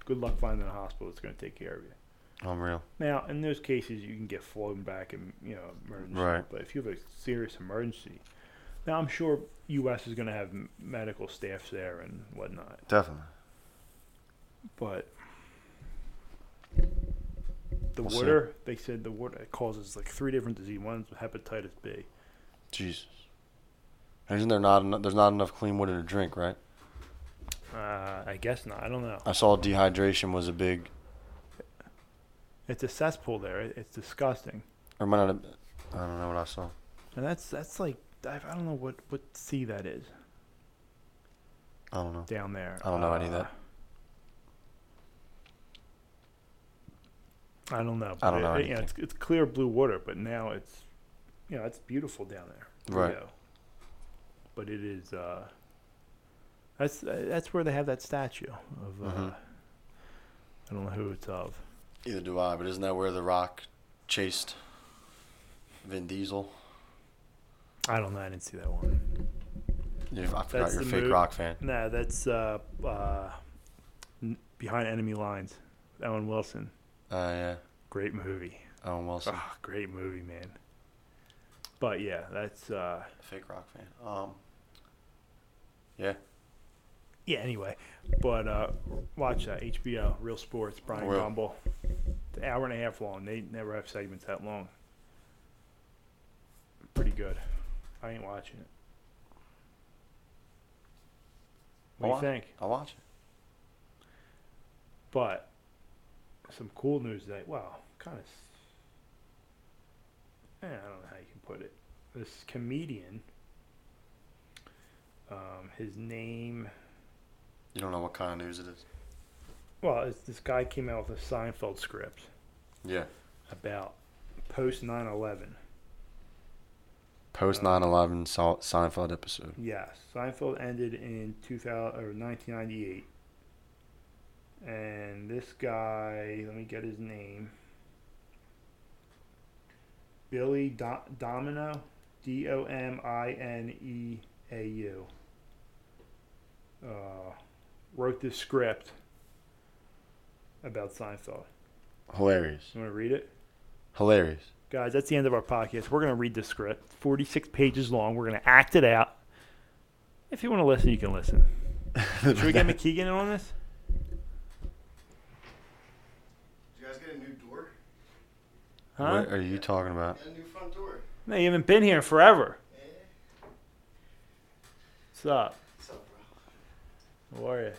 [SPEAKER 1] good luck finding a hospital that's going to take care of you.
[SPEAKER 2] Unreal.
[SPEAKER 1] Now, in those cases, you can get flown back and you know emergency.
[SPEAKER 2] Right.
[SPEAKER 1] But if you have a serious emergency, now I'm sure U.S. is going to have m- medical staffs there and whatnot.
[SPEAKER 2] Definitely.
[SPEAKER 1] But the
[SPEAKER 2] We'll see.
[SPEAKER 1] water, they said the water causes like three different diseases. One's hepatitis B.
[SPEAKER 2] Jesus. And isn't there not enough, there's not enough clean water to drink, right?
[SPEAKER 1] Uh, I guess not. I don't know.
[SPEAKER 2] I saw dehydration was a big.
[SPEAKER 1] It's a cesspool there. It, it's disgusting,
[SPEAKER 2] Or might not. Have, I don't know what I saw.
[SPEAKER 1] and that's that's like I, I don't know what what sea that is
[SPEAKER 2] I don't know.
[SPEAKER 1] down there. Uh,
[SPEAKER 2] I don't know any of that.
[SPEAKER 1] I don't know.
[SPEAKER 2] I don't
[SPEAKER 1] but
[SPEAKER 2] know
[SPEAKER 1] it- you it's, it's clear blue water, but now it's you know it's beautiful down there.
[SPEAKER 2] Right.
[SPEAKER 1] Rio. But it is. Uh, that's uh, that's where they have that statue of. Uh,
[SPEAKER 2] Mhm.
[SPEAKER 1] I don't know who it's of.
[SPEAKER 2] Either do I, but isn't that where The Rock chased Vin Diesel?
[SPEAKER 1] I don't know. I didn't see that one.
[SPEAKER 2] Yeah, I forgot
[SPEAKER 1] That's
[SPEAKER 2] you're a
[SPEAKER 1] the
[SPEAKER 2] fake
[SPEAKER 1] move.
[SPEAKER 2] rock fan.
[SPEAKER 1] No, that's uh, uh, n- behind enemy lines. Owen Wilson.
[SPEAKER 2] Oh yeah,
[SPEAKER 1] Great movie.
[SPEAKER 2] Owen Wilson,
[SPEAKER 1] Ah, great movie, man. But yeah, that's uh
[SPEAKER 2] fake rock fan. Um, yeah,
[SPEAKER 1] yeah, anyway. But uh watch that HBO, Real Sports, Brian
[SPEAKER 2] Real.
[SPEAKER 1] Gumble. It's an hour and a half long. They never have segments that long. Pretty good. I ain't watching it. What
[SPEAKER 2] I'll
[SPEAKER 1] do
[SPEAKER 2] wa-
[SPEAKER 1] you think?
[SPEAKER 2] I'll watch it.
[SPEAKER 1] But some cool news today. Well, kind of. eh, I don't know how you can put it. This comedian. Um, his name.
[SPEAKER 2] You don't know what kind of news it is.
[SPEAKER 1] Well, it's, this guy came out with a Seinfeld script
[SPEAKER 2] Yeah,
[SPEAKER 1] about post 9 11.
[SPEAKER 2] post 9/11 Sa- Seinfeld episode.
[SPEAKER 1] Yes, Seinfeld ended in 2000 or 1998. And this guy, let me get his name. Billy Do- Domino, D O M I N E A U. Uh, wrote this script about Seinfeld.
[SPEAKER 2] Hilarious,
[SPEAKER 1] You want to read it?
[SPEAKER 2] hilarious.
[SPEAKER 1] Guys, that's the end of our podcast. We're going to read the script, 46 pages long. We're going to act it out. If you want to listen, you can listen. Should we get McKeegan in on this?
[SPEAKER 3] Did you guys get a new door?
[SPEAKER 1] Huh?
[SPEAKER 2] What are you talking about?
[SPEAKER 3] Got a new front door.
[SPEAKER 1] No, you haven't been here in forever.
[SPEAKER 3] Yeah.
[SPEAKER 1] What's up?
[SPEAKER 3] What's up, bro?
[SPEAKER 1] How are you?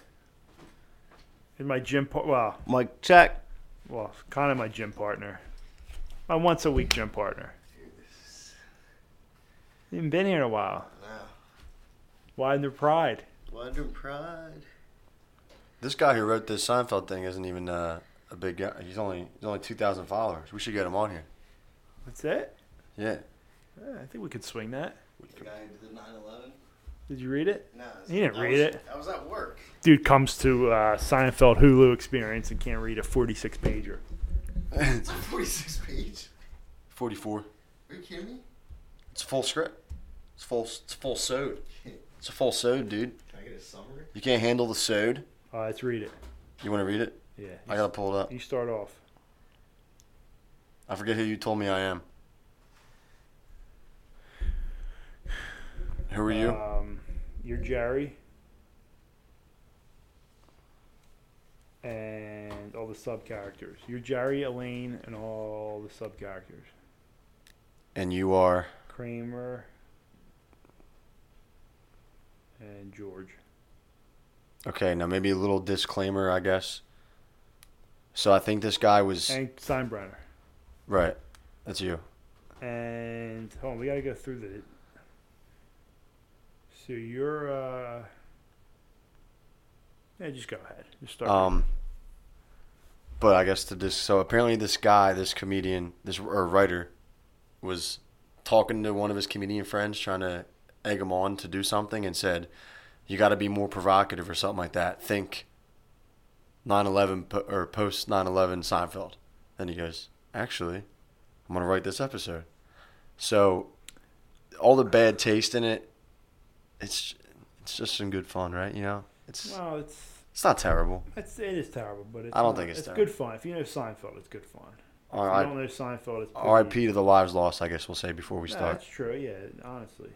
[SPEAKER 1] In my gym par- well,
[SPEAKER 4] Mike, check.
[SPEAKER 1] well, kind of my gym partner. My once a week gym partner.
[SPEAKER 3] Dude, this is.
[SPEAKER 1] You haven't been here in a while.
[SPEAKER 3] Wow.
[SPEAKER 1] Why under pride?
[SPEAKER 3] Wonder Pride.
[SPEAKER 2] This guy who wrote this Seinfeld thing isn't even uh, a big guy. He's only he's only two thousand followers. We should get him on here.
[SPEAKER 1] That's it?
[SPEAKER 2] Yeah,
[SPEAKER 1] Yeah, I think we could swing that.
[SPEAKER 3] The guy who did the 9 11?
[SPEAKER 1] Did you read it?
[SPEAKER 3] No. it's-
[SPEAKER 1] You didn't
[SPEAKER 3] I
[SPEAKER 1] read
[SPEAKER 3] was-
[SPEAKER 1] it.
[SPEAKER 3] I was at work.
[SPEAKER 1] Dude comes to uh, Seinfeld Hulu experience and can't read a 46 pager.
[SPEAKER 3] It's a 46 page.
[SPEAKER 2] forty four.
[SPEAKER 3] Are you kidding me?
[SPEAKER 2] It's a full script. It's full. It's full sode. It's a full sode, dude.
[SPEAKER 3] Can I get a summary?
[SPEAKER 2] You can't handle the sode.
[SPEAKER 1] All right, let's read it.
[SPEAKER 2] You want to read it?
[SPEAKER 1] Yeah. You,
[SPEAKER 2] I gotta pull it up.
[SPEAKER 1] you start off.
[SPEAKER 2] I forget who you told me I am. Who are you?
[SPEAKER 1] Um, you're Jerry. And all the sub characters. You're Jerry, Elaine, and all the sub characters.
[SPEAKER 2] And you are
[SPEAKER 1] Kramer and George.
[SPEAKER 2] okay. Now maybe a little disclaimer, I guess. So I think this guy was
[SPEAKER 1] And Steinbrenner.
[SPEAKER 2] right. That's you.
[SPEAKER 1] And hold on, we gotta go through the So you're uh Yeah, just go ahead. Just start.
[SPEAKER 2] Um, but I guess to this, so apparently this guy, this comedian, this or writer, was talking to one of his comedian friends, trying to egg him on to do something, and said, "You got to be more provocative or something like that. Think 9/11 po- or post 9/11 Seinfeld." Then he goes, "Actually, I'm gonna write this episode." So all the bad taste in it, it's it's just some good fun, right? You know, it's
[SPEAKER 1] well it's
[SPEAKER 2] it's not terrible.
[SPEAKER 1] It's, it is terrible, but it's
[SPEAKER 2] I
[SPEAKER 1] not-
[SPEAKER 2] don't think it's
[SPEAKER 1] good fun. If you know Seinfeld, it's good fun.
[SPEAKER 2] All
[SPEAKER 1] If
[SPEAKER 2] right.
[SPEAKER 1] you don't know Seinfeld, it's pretty-
[SPEAKER 2] R.I.P. to the lives lost. I guess we'll say before we
[SPEAKER 1] Nah,
[SPEAKER 2] start.
[SPEAKER 1] that's true. Yeah, honestly.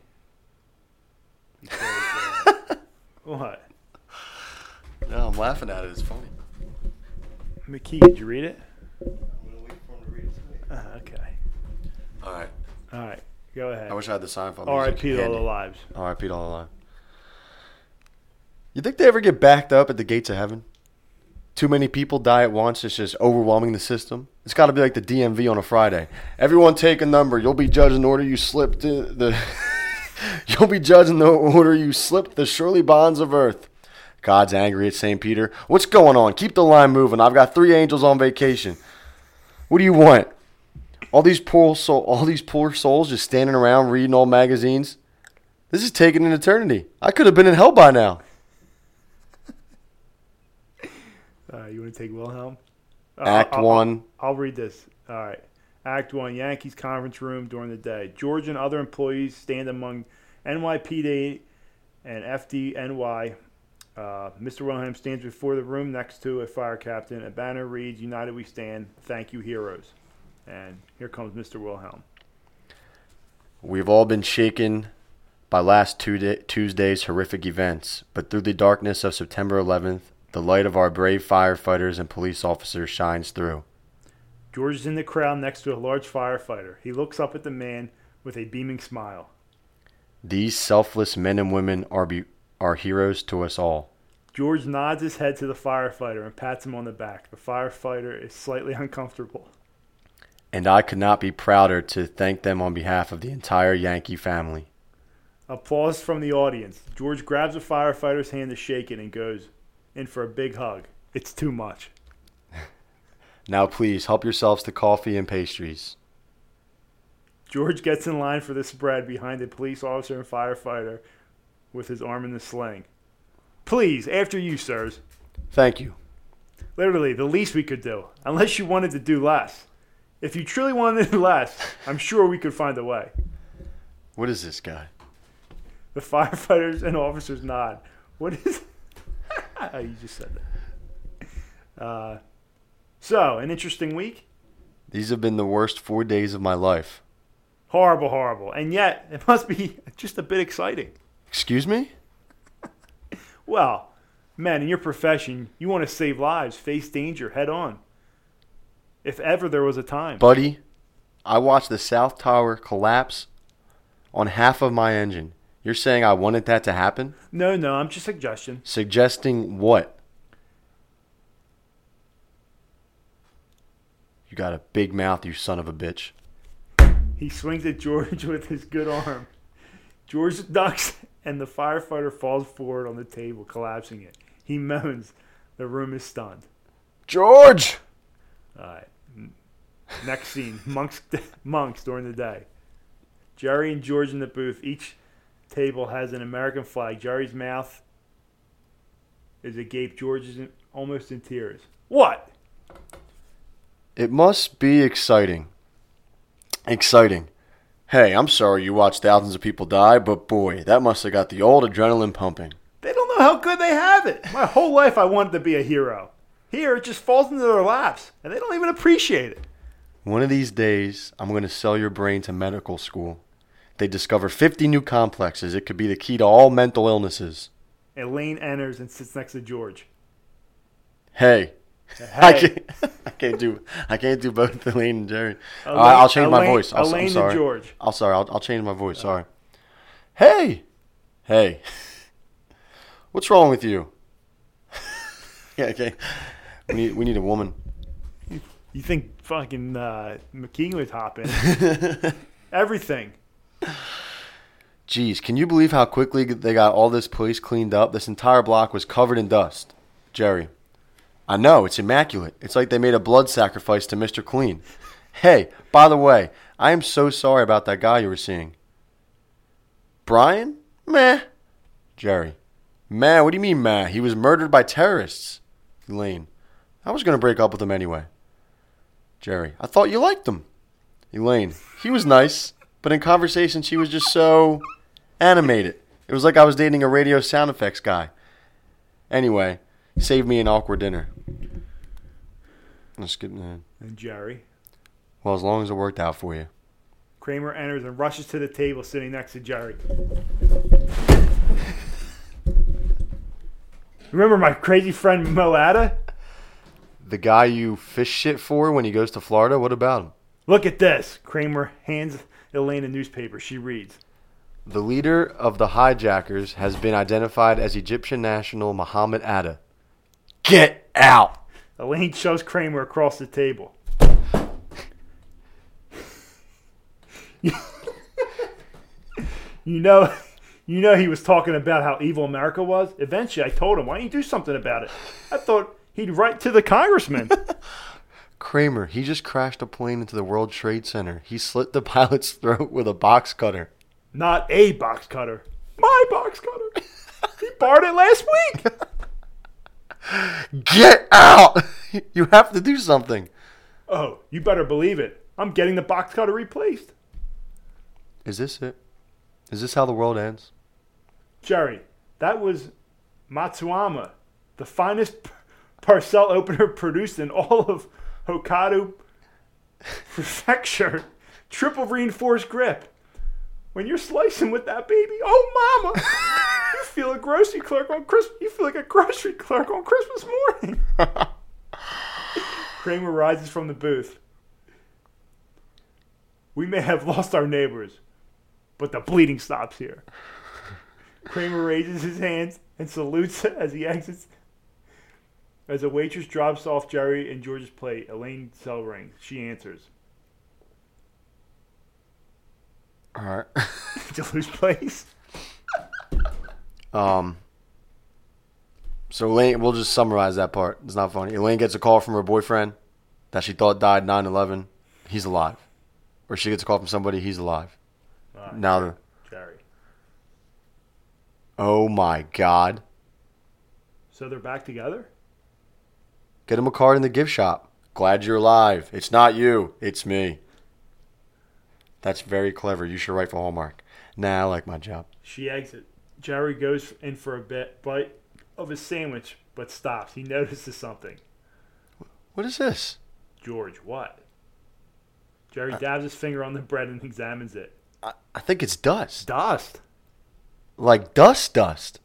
[SPEAKER 1] Because, uh, what?
[SPEAKER 2] No, I'm laughing at it. It's funny.
[SPEAKER 1] McKee, did you read it?
[SPEAKER 3] I'm going to wait for him to read it to me.
[SPEAKER 1] Uh, okay.
[SPEAKER 2] All right.
[SPEAKER 1] All right, go ahead.
[SPEAKER 2] I wish I had the Seinfeld.
[SPEAKER 1] R.I.P. to all the
[SPEAKER 2] lives.
[SPEAKER 1] lives.
[SPEAKER 2] R.I.P. to all the lives. You think they ever get backed up at the gates of heaven? Too many people die at once. It's just overwhelming the system. It's got to be like the DMV on a Friday. Everyone take a number. You'll be judged in order you slipped the. the You'll be judged in the order you slipped the surely bonds of earth. God's angry at St. Peter. What's going on? Keep the line moving. I've got three angels on vacation. What do you want? All these poor soul, all these poor souls just standing around reading old magazines. This is taking an eternity. I could have been in hell by now.
[SPEAKER 1] Uh, you want to take Wilhelm? Uh,
[SPEAKER 2] Act
[SPEAKER 1] I'll- I'll-
[SPEAKER 2] one.
[SPEAKER 1] I'll read this. All right. Act one Yankees conference room during the day. George and other employees stand among NYPD and FDNY Uh, Mr. Wilhelm stands before the room next to a fire captain. A banner reads, United we stand, thank you, heroes. And here comes Mr. Wilhelm.
[SPEAKER 2] We've all been shaken by last Tuesday, Tuesday's horrific events, but through the darkness of September 11th, the light of our brave firefighters and police officers shines through.
[SPEAKER 1] George is in the crowd next to a large firefighter. He looks up at the man with a beaming smile.
[SPEAKER 2] These selfless men and women are, be- are heroes to us all.
[SPEAKER 1] George nods his head to the firefighter and pats him on the back. The firefighter is slightly uncomfortable.
[SPEAKER 2] And I could not be prouder to thank them on behalf of the entire Yankee family.
[SPEAKER 1] Applause from the audience. George grabs a firefighter's hand to shake it and goes in for a big hug. It's too much.
[SPEAKER 2] Now, please help yourselves to coffee and pastries.
[SPEAKER 1] George gets in line for the spread behind a police officer and firefighter with his arm in the sling. Please, after you, sirs.
[SPEAKER 2] Thank you.
[SPEAKER 1] Literally, the least we could do, unless you wanted to do less. If you truly wanted to do less, I'm sure we could find a way.
[SPEAKER 2] What is this guy?
[SPEAKER 1] The firefighters and officers nod. What is? oh, you just said that. Uh, so, an interesting week.
[SPEAKER 2] These have been the worst four days of my life.
[SPEAKER 1] Horrible, horrible, and yet it must be just a bit exciting.
[SPEAKER 2] Excuse me?
[SPEAKER 1] Well, man, in your profession, you want to save lives, face danger head on. If ever there was a time,
[SPEAKER 2] Buddy, I watched the South Tower collapse on half of my engine. You're saying I wanted that to happen?
[SPEAKER 1] no, no, I'm just suggestion.
[SPEAKER 2] Suggesting what? You got a big mouth, you son of a bitch.
[SPEAKER 1] He swings at George with his good arm. George ducks, and the firefighter falls forward on the table, collapsing it. He moans. The room is stunned.
[SPEAKER 2] George!
[SPEAKER 1] All right. N- Next scene: monks, monks during the day. Jerry and George in the booth. Each table has an American flag. Jerry's mouth is agape. George is in, almost in tears. What?
[SPEAKER 2] It must be exciting. Exciting. Hey, I'm sorry you watched thousands of people die, but boy, that must have got the old adrenaline pumping.
[SPEAKER 1] They don't know how good they have it. My whole life, I wanted to be a hero. Here, it just falls into their laps, and they don't even appreciate it.
[SPEAKER 2] One of these days, I'm going to sell your brain to medical school. They discover 50 new complexes. It could be the key to all mental illnesses.
[SPEAKER 1] Elaine enters and sits next to George.
[SPEAKER 2] Hey, I,
[SPEAKER 1] Hey.
[SPEAKER 2] can't, I can't do I can't do both Elaine and Jerry. All right, I'll change my
[SPEAKER 1] Elaine-
[SPEAKER 2] voice. I'll,
[SPEAKER 1] Elaine
[SPEAKER 2] am sorry.
[SPEAKER 1] and George.
[SPEAKER 2] I'll sorry. I'll, I'll change my voice. Sorry. Hey, hey, what's wrong with you? yeah, okay. We need we need a woman.
[SPEAKER 1] You think fucking uh, McKean would hop in? Everything.
[SPEAKER 2] Jeez, can you believe how quickly they got all this place cleaned up? This entire block was covered in dust. Jerry, I know, it's immaculate. It's like they made a blood sacrifice to Mr. Clean. Hey, by the way, I am so sorry about that guy you were seeing. Brian? Meh. Jerry, meh, what do you mean meh? He was murdered by terrorists. Elaine, I was going to break up with him anyway. Jerry, I thought you liked him. Elaine, he was nice, but in conversation, she was just so animated. It was like I was dating a radio sound effects guy. Anyway, saved me an awkward dinner. Let's get in.
[SPEAKER 1] And Jerry.
[SPEAKER 2] Well, as long as it worked out for you.
[SPEAKER 1] Kramer enters and rushes to the table sitting next to Jerry. Remember my crazy friend Moada?
[SPEAKER 2] The guy you fish shit for when he goes to Florida, what about him?
[SPEAKER 1] Look at this. Kramer hands Elaine a newspaper. She reads.
[SPEAKER 2] The leader of the hijackers has been identified as Egyptian national Mohammed Atta. Get out!
[SPEAKER 1] Elaine shoves Kramer across the table. you know, you know he was talking about how evil America was. Eventually, I told him, "Why don't you do something about it?" I thought he'd write to the congressman.
[SPEAKER 2] Kramer, he just crashed a plane into the World Trade Center. He slit the pilot's throat with a box cutter.
[SPEAKER 1] Not a box cutter. My box cutter. He borrowed it last week.
[SPEAKER 2] Get out! You have to do something.
[SPEAKER 1] Oh, you better believe it. I'm getting the box cutter replaced.
[SPEAKER 2] Is this it? Is this how the world ends?
[SPEAKER 1] Jerry, that was Matsuyama, the finest p- parcel opener produced in all of Hokkaido Prefecture. Triple reinforced grip. When you're slicing with that baby, oh mama, you feel a grocery clerk on Christmas. You feel like a grocery clerk on Christmas morning. Kramer rises from the booth. We may have lost our neighbors, but the bleeding stops here. Kramer raises his hands and salutes as he exits. As a waitress drops off Jerry and George's plate, Elaine cell rings. She answers.
[SPEAKER 2] All right.
[SPEAKER 1] Deluge plays.
[SPEAKER 2] Um. So Elaine, we'll just summarize that part. It's not funny. Elaine gets a call from her boyfriend that she thought died 9/11. He's alive, or she gets a call from somebody. He's alive.
[SPEAKER 1] Ah,
[SPEAKER 2] Now, the-
[SPEAKER 1] Jerry.
[SPEAKER 2] oh my God!
[SPEAKER 1] So they're back together.
[SPEAKER 2] Get him a card in the gift shop. Glad you're alive. It's not you. It's me. That's very clever. You should write for Hallmark. Nah, I like my job.
[SPEAKER 1] She exits. Jerry goes in for a bit bite of his sandwich, but stops. He notices something.
[SPEAKER 2] What is this?
[SPEAKER 1] George, what? Jerry dabs his finger on the bread and examines it.
[SPEAKER 2] I, I think it's dust.
[SPEAKER 1] Dust.
[SPEAKER 2] Like dust, dust.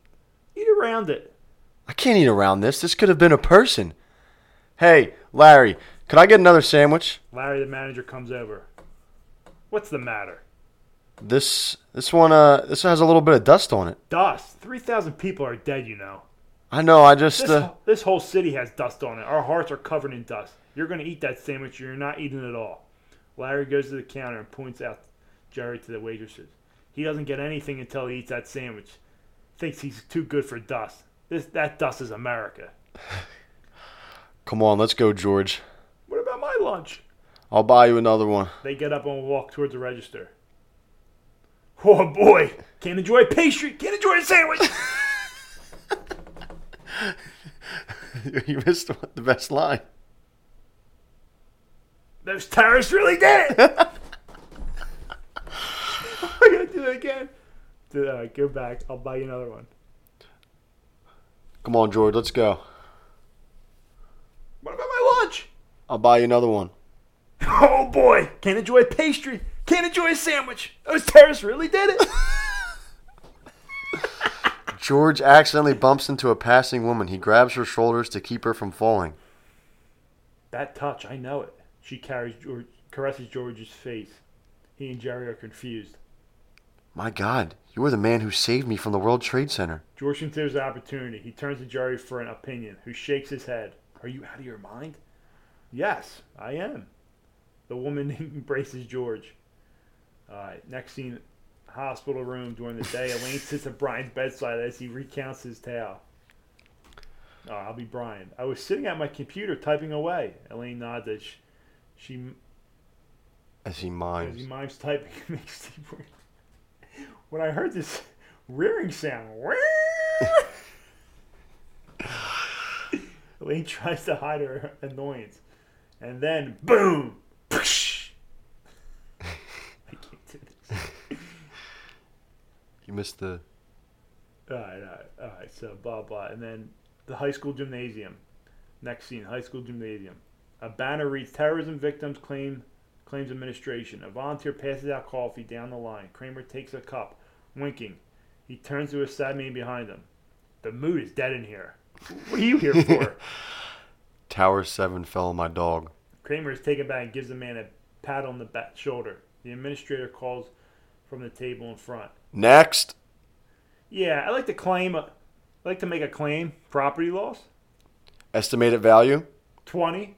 [SPEAKER 1] Eat around it.
[SPEAKER 2] I can't eat around this. This could have been a person. Hey, Larry, could I get another sandwich?
[SPEAKER 1] Larry, the manager, comes over. What's the matter?
[SPEAKER 2] This this one uh this one has a little bit of dust on it.
[SPEAKER 1] Dust. 3,000 people are dead, you know.
[SPEAKER 2] I know. I just
[SPEAKER 1] This,
[SPEAKER 2] uh,
[SPEAKER 1] this whole city has dust on it. Our hearts are covered in dust. You're going to eat that sandwich. You're not eating it all. Larry goes to the counter and points out Jerry to the waitresses. He doesn't get anything until he eats that sandwich. Thinks he's too good for dust. This, that dust is America.
[SPEAKER 2] come on, let's go, George.
[SPEAKER 1] What about my lunch?
[SPEAKER 2] I'll buy you another one.
[SPEAKER 1] They get up and walk towards the register. Oh boy, can't enjoy a pastry, can't enjoy a sandwich.
[SPEAKER 2] you missed the- the best line.
[SPEAKER 1] Those terrorists really did it. I gotta do that again. Dude, all right, go back. I'll buy you another one.
[SPEAKER 2] Come on, George, let's go.
[SPEAKER 1] What about my lunch?
[SPEAKER 2] I'll buy you another one.
[SPEAKER 1] Oh boy, can't enjoy a pastry, can't enjoy a sandwich. Those terrorists really did it.
[SPEAKER 2] George accidentally bumps into a passing woman. He grabs her shoulders to keep her from falling.
[SPEAKER 1] That touch, I know it. She carries George, caresses George's face. He and Jerry are confused.
[SPEAKER 2] My God, you were the man who saved me from the World Trade Center.
[SPEAKER 1] George considers the opportunity. He turns to Jerry for an opinion, who shakes his head. Are you out of your mind? Yes, I am. The woman embraces George. Uh, next scene, hospital room during the day. Elaine sits at Brian's bedside as he recounts his tale. Oh, I'll be Brian. I was sitting at my computer typing away. Elaine nods as she, she
[SPEAKER 2] As
[SPEAKER 1] as
[SPEAKER 2] he
[SPEAKER 1] he
[SPEAKER 2] mimes.
[SPEAKER 1] mimes typing and makes deep breath. When I heard this rearing sound, Elaine tries to hide her annoyance, and then boom, Psh! I can't do this.
[SPEAKER 2] You missed the.
[SPEAKER 1] All right, all right, all right. So blah blah, and then the high school gymnasium. Next scene, high school gymnasium. A banner reads: "Terrorism victims claim claims administration." A volunteer passes out coffee down the line. Kramer takes a cup, winking. He turns to his sad man behind him. The mood is dead in here. What are you here for?
[SPEAKER 2] Tower 7 fell on my dog.
[SPEAKER 1] Kramer is taken back and gives the man a pat on the back shoulder. The administrator calls from the table in front.
[SPEAKER 2] Next!
[SPEAKER 1] Yeah, I like to claim. I like to make a claim. Property loss.
[SPEAKER 2] Estimated value?
[SPEAKER 1] Twenty.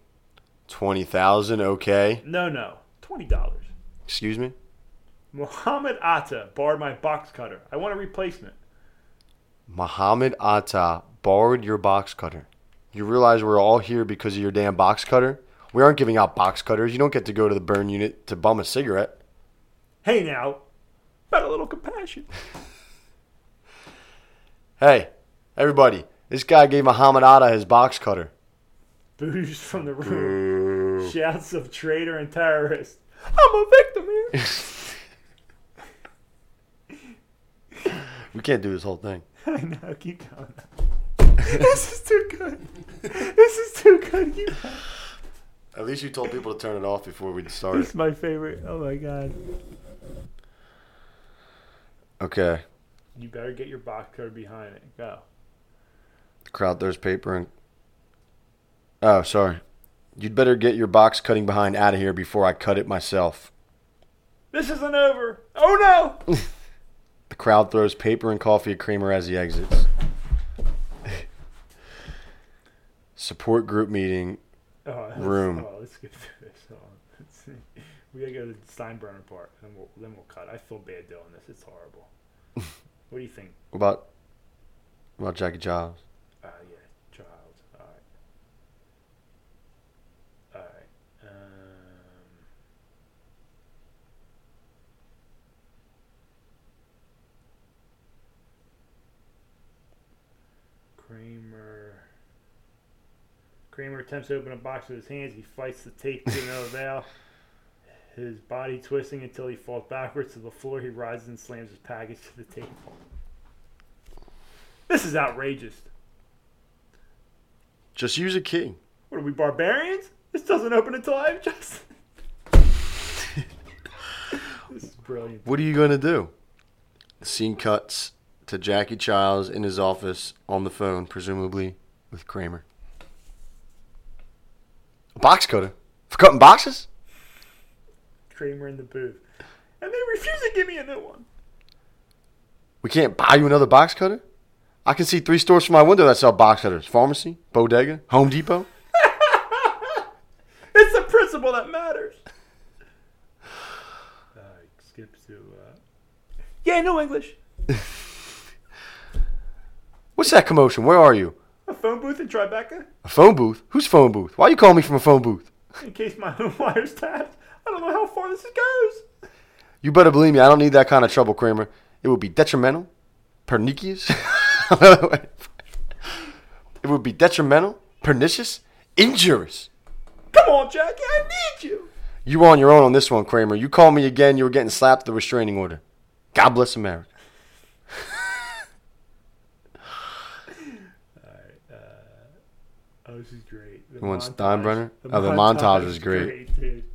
[SPEAKER 2] 20,000, okay.
[SPEAKER 1] No, no, twenty dollars.
[SPEAKER 2] Excuse me?
[SPEAKER 1] Mohammed Atta borrowed my box cutter. I want a replacement.
[SPEAKER 2] Mohammed Atta borrowed your box cutter. You realize we're all here because of your damn box cutter? We aren't giving out box cutters. You don't get to go to the burn unit to bum a cigarette.
[SPEAKER 1] Hey now, about a little compassion.
[SPEAKER 2] Hey, everybody, this guy gave Muhammad Atta his box cutter.
[SPEAKER 1] Boos from the room. Shouts of traitor and terrorist. I'm a victim here.
[SPEAKER 2] We can't do this whole thing.
[SPEAKER 1] I know. Keep going. this is too good. This is too good. You,
[SPEAKER 2] At least you told people to turn it off before we
[SPEAKER 1] this
[SPEAKER 2] started.
[SPEAKER 1] is my favorite. Oh my god.
[SPEAKER 2] Okay.
[SPEAKER 1] You better get your box cutter behind it. Go.
[SPEAKER 2] Crowd, there's paper and. Oh, sorry. You'd better get your box cutting behind out of here before I cut it myself.
[SPEAKER 1] This isn't over. Oh no!
[SPEAKER 2] The crowd throws paper and coffee at Kramer as he exits. Support group meeting.
[SPEAKER 1] Oh, let's-
[SPEAKER 2] Room.
[SPEAKER 1] Oh, let's get through this. Hold on. Let's see. We gotta go to the Steinbrenner part, and we'll, then we'll cut. I feel bad doing this. It's horrible. what do you think?
[SPEAKER 2] What about what about Jackie Giles?
[SPEAKER 1] Uh, yeah, child. All right. All right. Um, Kramer. Kramer attempts to open a box with his hands. He fights the tape to no avail. His body twisting until he falls backwards to the floor. He rises and slams his package to the table. This is outrageous.
[SPEAKER 2] Just use a key.
[SPEAKER 1] What are we barbarians? This doesn't open until I've just. this is brilliant.
[SPEAKER 2] What are you gonna do? The scene cuts to Jackie Childs in his office on the phone, presumably with Kramer. A box cutter for cutting boxes.
[SPEAKER 1] Kramer in the booth, and they refuse to give me a new one.
[SPEAKER 2] We can't buy you another box cutter. I can see three stores from my window that sell box cutters: pharmacy, bodega, Home Depot.
[SPEAKER 1] It's the principle that matters. Uh, skip to. Uh... Yeah, no English.
[SPEAKER 2] What's that commotion? Where are you?
[SPEAKER 1] A phone booth in Tribeca,
[SPEAKER 2] A phone booth? Whose phone booth? Why you calling me from a phone booth?
[SPEAKER 1] in case my home wire's tapped. I don't know how far this goes.
[SPEAKER 2] You better believe me, I don't need that kind of trouble, Kramer. It would be detrimental, pernicious. it would be detrimental, pernicious, injurious.
[SPEAKER 1] Come on, Jackie, I need you.
[SPEAKER 2] You were on your own on this one, Kramer. You called me again, you were getting slapped with the restraining order. God bless America.
[SPEAKER 1] Oh, this is great. The
[SPEAKER 2] You want
[SPEAKER 1] montage-
[SPEAKER 2] Steinbrenner? Oh, the montage is great.
[SPEAKER 1] dude.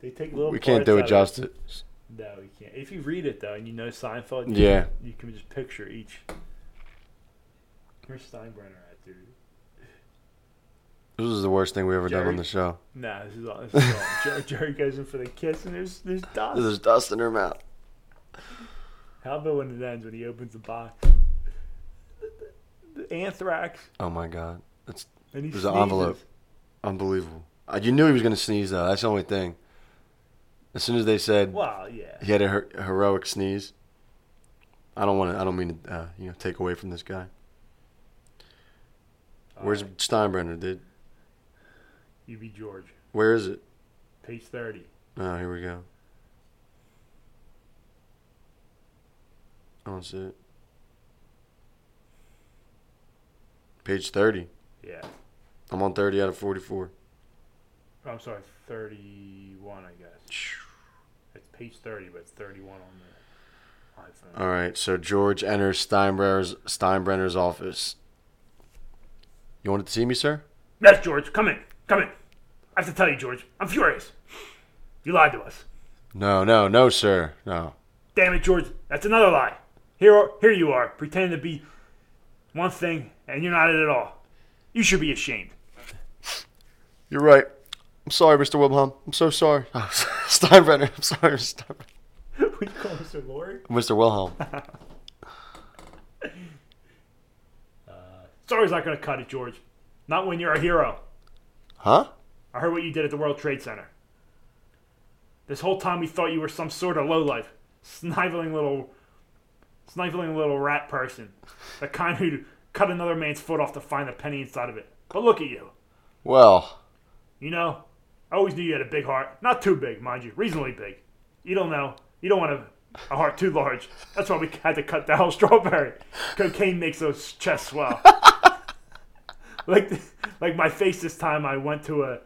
[SPEAKER 1] They take little.
[SPEAKER 2] We
[SPEAKER 1] parts
[SPEAKER 2] can't do it
[SPEAKER 1] out of
[SPEAKER 2] justice.
[SPEAKER 1] No, you can't. If you read it though, and you know Seinfeld, you
[SPEAKER 2] Yeah.
[SPEAKER 1] you can just picture each. Where's Steinbrenner at, dude?
[SPEAKER 2] This is the worst thing we ever done
[SPEAKER 1] Jerry.
[SPEAKER 2] on the show.
[SPEAKER 1] Nah, this is all. This is all. Jerry, Jerry goes in for the kiss, and there's there's dust.
[SPEAKER 2] There's dust in her mouth.
[SPEAKER 1] How about when it ends when he opens the box? The, the anthrax,
[SPEAKER 2] Oh my God. That's
[SPEAKER 1] and he
[SPEAKER 2] There's an
[SPEAKER 1] sneezes.
[SPEAKER 2] envelope. unbelievable. Uh, You knew he was going to sneeze, though. That's the only thing. As soon as they said,
[SPEAKER 1] Wow, yeah.
[SPEAKER 2] He had a her- heroic sneeze. I don't want to. I don't mean to. Uh, you know, take away from this guy. Where's
[SPEAKER 1] Alright,
[SPEAKER 2] Steinbrenner, dude?
[SPEAKER 1] you be George?
[SPEAKER 2] Where is it?
[SPEAKER 1] Page thirty.
[SPEAKER 2] Oh, here we go. I don't see it. Page thirty.
[SPEAKER 1] Yeah.
[SPEAKER 2] I'm on thirty out of forty-four.
[SPEAKER 1] Oh, I'm sorry, 31, I guess. It's page 30, but it's 31 on the iPhone.
[SPEAKER 2] All right. So George enters Steinbrenner's Steinbrenner's office. You wanted to see me, sir?
[SPEAKER 1] That's George. Come in. Come in. I have to tell you, George. I'm furious. You lied to us.
[SPEAKER 2] No, no, no, sir. No.
[SPEAKER 1] Damn it, George. That's another lie. Here, here you are, pretending to be one thing, and you're not it at all. You should be ashamed.
[SPEAKER 2] You're right. I'm sorry, Mr. Wilhelm. I'm so sorry. Steinbrenner. I'm sorry, Mr. Steinbrenner.
[SPEAKER 1] what do you call Mr. Lord?
[SPEAKER 2] Mr. Wilhelm.
[SPEAKER 1] Sorry's not going to cut it, George. Not when you're a hero.
[SPEAKER 2] Huh?
[SPEAKER 1] I heard what you did at the World Trade Center. This whole time we thought you were some sort of lowlife, sniveling little, sniveling little rat person, the kind who'd cut another man's foot off to find the penny inside of it. But look at you.
[SPEAKER 2] Well,
[SPEAKER 1] You know, I always knew you had a big heart. Not too big, mind you, reasonably big. You don't know. You don't want a, a heart too large. That's why we had to cut the whole strawberry. Cocaine makes those chests swell. like, like my face this time, I went to a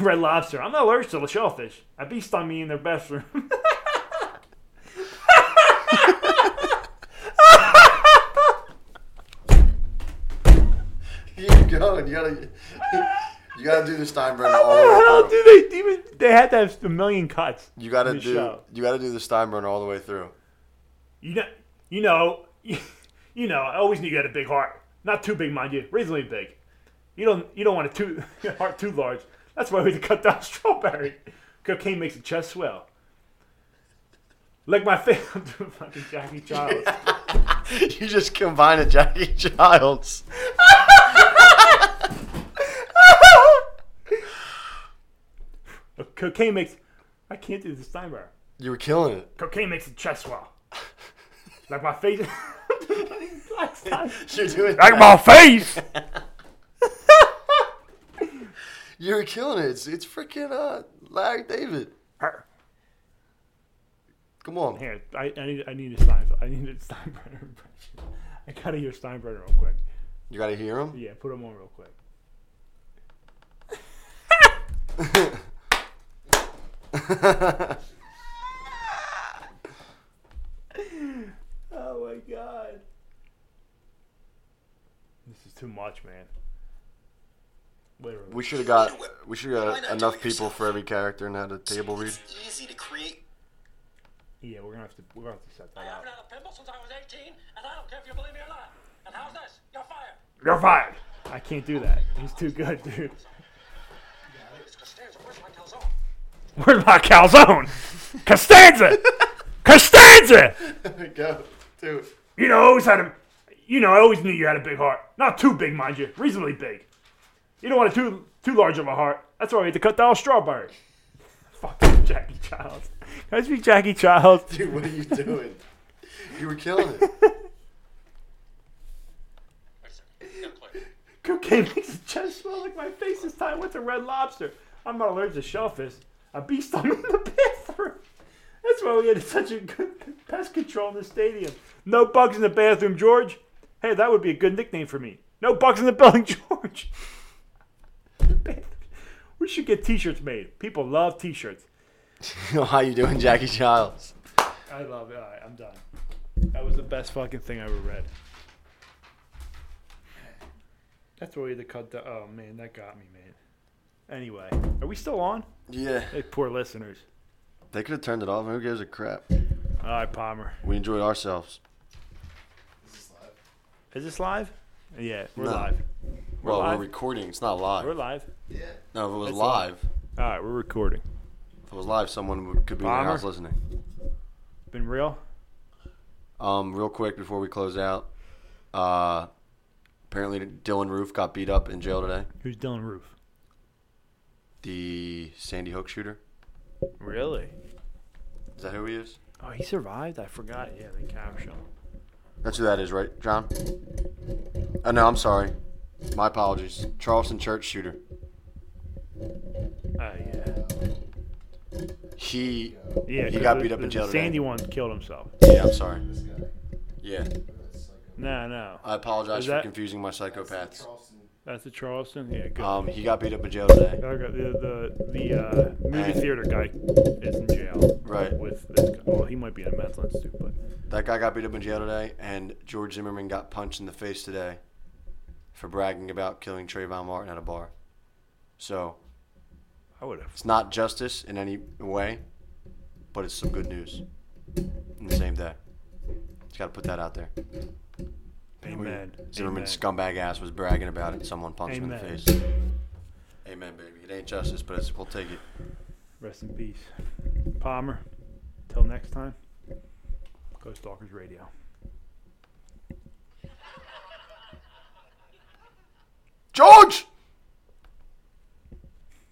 [SPEAKER 1] red lobster. I'm not allergic to the shellfish. A bee stung me in their bathroom.
[SPEAKER 2] Oh, gotta, you gotta do the Steinbrenner all the way
[SPEAKER 1] How the hell
[SPEAKER 2] through.
[SPEAKER 1] do they even? They had to have a million cuts.
[SPEAKER 2] oh. You gotta
[SPEAKER 1] This
[SPEAKER 2] do,
[SPEAKER 1] show.
[SPEAKER 2] you gotta do the Steinbrenner all the way through.
[SPEAKER 1] You know, you know, you know. I always knew you had a big heart. Not too big, mind you. Reasonably big. You don't, you don't want a too your heart too large. That's why we had to cut down strawberry. Cocaine makes the chest swell. Like my face, I'm doing fucking Jackie Childs.
[SPEAKER 2] you just combine a Jackie Childs.
[SPEAKER 1] Cocaine makes. I can't do this time, bar.
[SPEAKER 2] You were killing it.
[SPEAKER 1] Cocaine makes the chest swell. Like my face.
[SPEAKER 2] You're doing.
[SPEAKER 1] like my face.
[SPEAKER 2] You were killing it. It's, it's freaking uh, Larry David. Come on.
[SPEAKER 1] Here, I, I need I need a Steinfeld. I need a Steinbrenner impression. I gotta hear Steinbrenner real quick.
[SPEAKER 2] You gotta hear him.
[SPEAKER 1] Yeah, put him on real quick. Oh my god. This is too much, man. Wait a minute.
[SPEAKER 2] we should have got. We should have got enough people for every character and had a table read.
[SPEAKER 4] It's easy to create.
[SPEAKER 1] yeah, we're gonna have to we're gonna have to set that
[SPEAKER 4] I
[SPEAKER 1] up.
[SPEAKER 4] haven't had a pimple since I was 18, and I don't care if you believe me or not. And how's this? You're fired.
[SPEAKER 1] You're fired. I can't do that. He's too good, dude.
[SPEAKER 4] It's Costanza. Where's my calzone?
[SPEAKER 1] Where's my calzone? Costanza! Costanza!
[SPEAKER 2] Go, dude.
[SPEAKER 1] You know, I always had a, you know, I always knew you had a big heart. Not too big, mind you, reasonably big. You don't want it too too large of a heart. That's why we had to cut down strawberry. Fuck Jackie Childs. Can I speak Jackie Childs?
[SPEAKER 2] Dude, what are you doing? You were killing it.
[SPEAKER 4] Wait a second. Get a clue.
[SPEAKER 1] Cocaine makes the chest smell like my face this time. What's a red lobster? I'm not allergic to shellfish. A bee stung me in the bathroom. That's why we had such a good pest control in the stadium. No bugs in the bathroom, George. Hey, that would be a good nickname for me. No bugs in the building, George. we should get T-shirts made. People love T-shirts.
[SPEAKER 2] How you doing, Jackie Childs?
[SPEAKER 1] I love it. All right, I'm done. That was the best fucking thing I ever read. That's where we had to cut the. Oh man, that got me, man. Anyway, are we still on?
[SPEAKER 2] Yeah.
[SPEAKER 1] Hey, poor listeners.
[SPEAKER 2] They could have turned it off. Who gives a crap?
[SPEAKER 1] All right, Palmer.
[SPEAKER 2] We enjoyed ourselves.
[SPEAKER 3] This is live.
[SPEAKER 1] Is this live? Yeah, we're
[SPEAKER 2] No.
[SPEAKER 1] live. We're
[SPEAKER 2] well,
[SPEAKER 1] live.
[SPEAKER 2] we're recording. It's not live.
[SPEAKER 1] We're live.
[SPEAKER 3] Yeah.
[SPEAKER 2] No, if it was
[SPEAKER 1] It's
[SPEAKER 2] live,
[SPEAKER 1] live. All right, we're recording.
[SPEAKER 2] if it was live, someone would, could be in
[SPEAKER 1] Bomber?
[SPEAKER 2] their house listening.
[SPEAKER 1] Been real?
[SPEAKER 2] Um, real quick before we close out, uh, apparently Dylan Roof got beat up in jail today.
[SPEAKER 1] Who's Dylan Roof?
[SPEAKER 2] The Sandy Hook shooter.
[SPEAKER 1] Really?
[SPEAKER 2] Is that who he is?
[SPEAKER 1] Oh, he survived. I forgot. Yeah, they captured him.
[SPEAKER 2] That's who that is, right, John? Oh no, I'm sorry. My apologies. Charleston Church shooter.
[SPEAKER 1] Oh yeah.
[SPEAKER 2] He.
[SPEAKER 1] Yeah.
[SPEAKER 2] He
[SPEAKER 1] 'cause
[SPEAKER 2] got
[SPEAKER 1] the-
[SPEAKER 2] beat up in
[SPEAKER 1] the- the
[SPEAKER 2] jail today.
[SPEAKER 1] Sandy one killed himself.
[SPEAKER 2] Yeah, I'm sorry.
[SPEAKER 3] This guy.
[SPEAKER 2] Yeah,
[SPEAKER 3] That's like a,
[SPEAKER 1] No, no.
[SPEAKER 2] I apologize
[SPEAKER 1] Is
[SPEAKER 2] for
[SPEAKER 1] that-
[SPEAKER 2] confusing my
[SPEAKER 3] that's
[SPEAKER 2] psychopaths.
[SPEAKER 3] Charleston.
[SPEAKER 1] That's the Charleston. Yeah, good.
[SPEAKER 2] Um, he got beat up in jail today.
[SPEAKER 1] I got the the the uh, movie
[SPEAKER 2] And-
[SPEAKER 1] theater guy is in jail.
[SPEAKER 2] Right.
[SPEAKER 1] With this guy. Well, he might be in a mental institute, but
[SPEAKER 2] That guy got beat up in jail today, and George Zimmerman got punched in the face today for bragging about killing Trayvon Martin at a bar. So
[SPEAKER 1] I would have.
[SPEAKER 2] it's not justice in any way, but it's some good news. In the same day, just got to put that out there.
[SPEAKER 1] Amen.
[SPEAKER 2] Zimmerman
[SPEAKER 1] Amen.
[SPEAKER 2] scumbag ass was bragging about it. Someone punched him in
[SPEAKER 1] Amen.
[SPEAKER 2] the face. Amen, baby. It ain't justice, but it's, we'll take it.
[SPEAKER 1] Rest in peace, Palmer. Till next time. Ghost Stalkers Radio.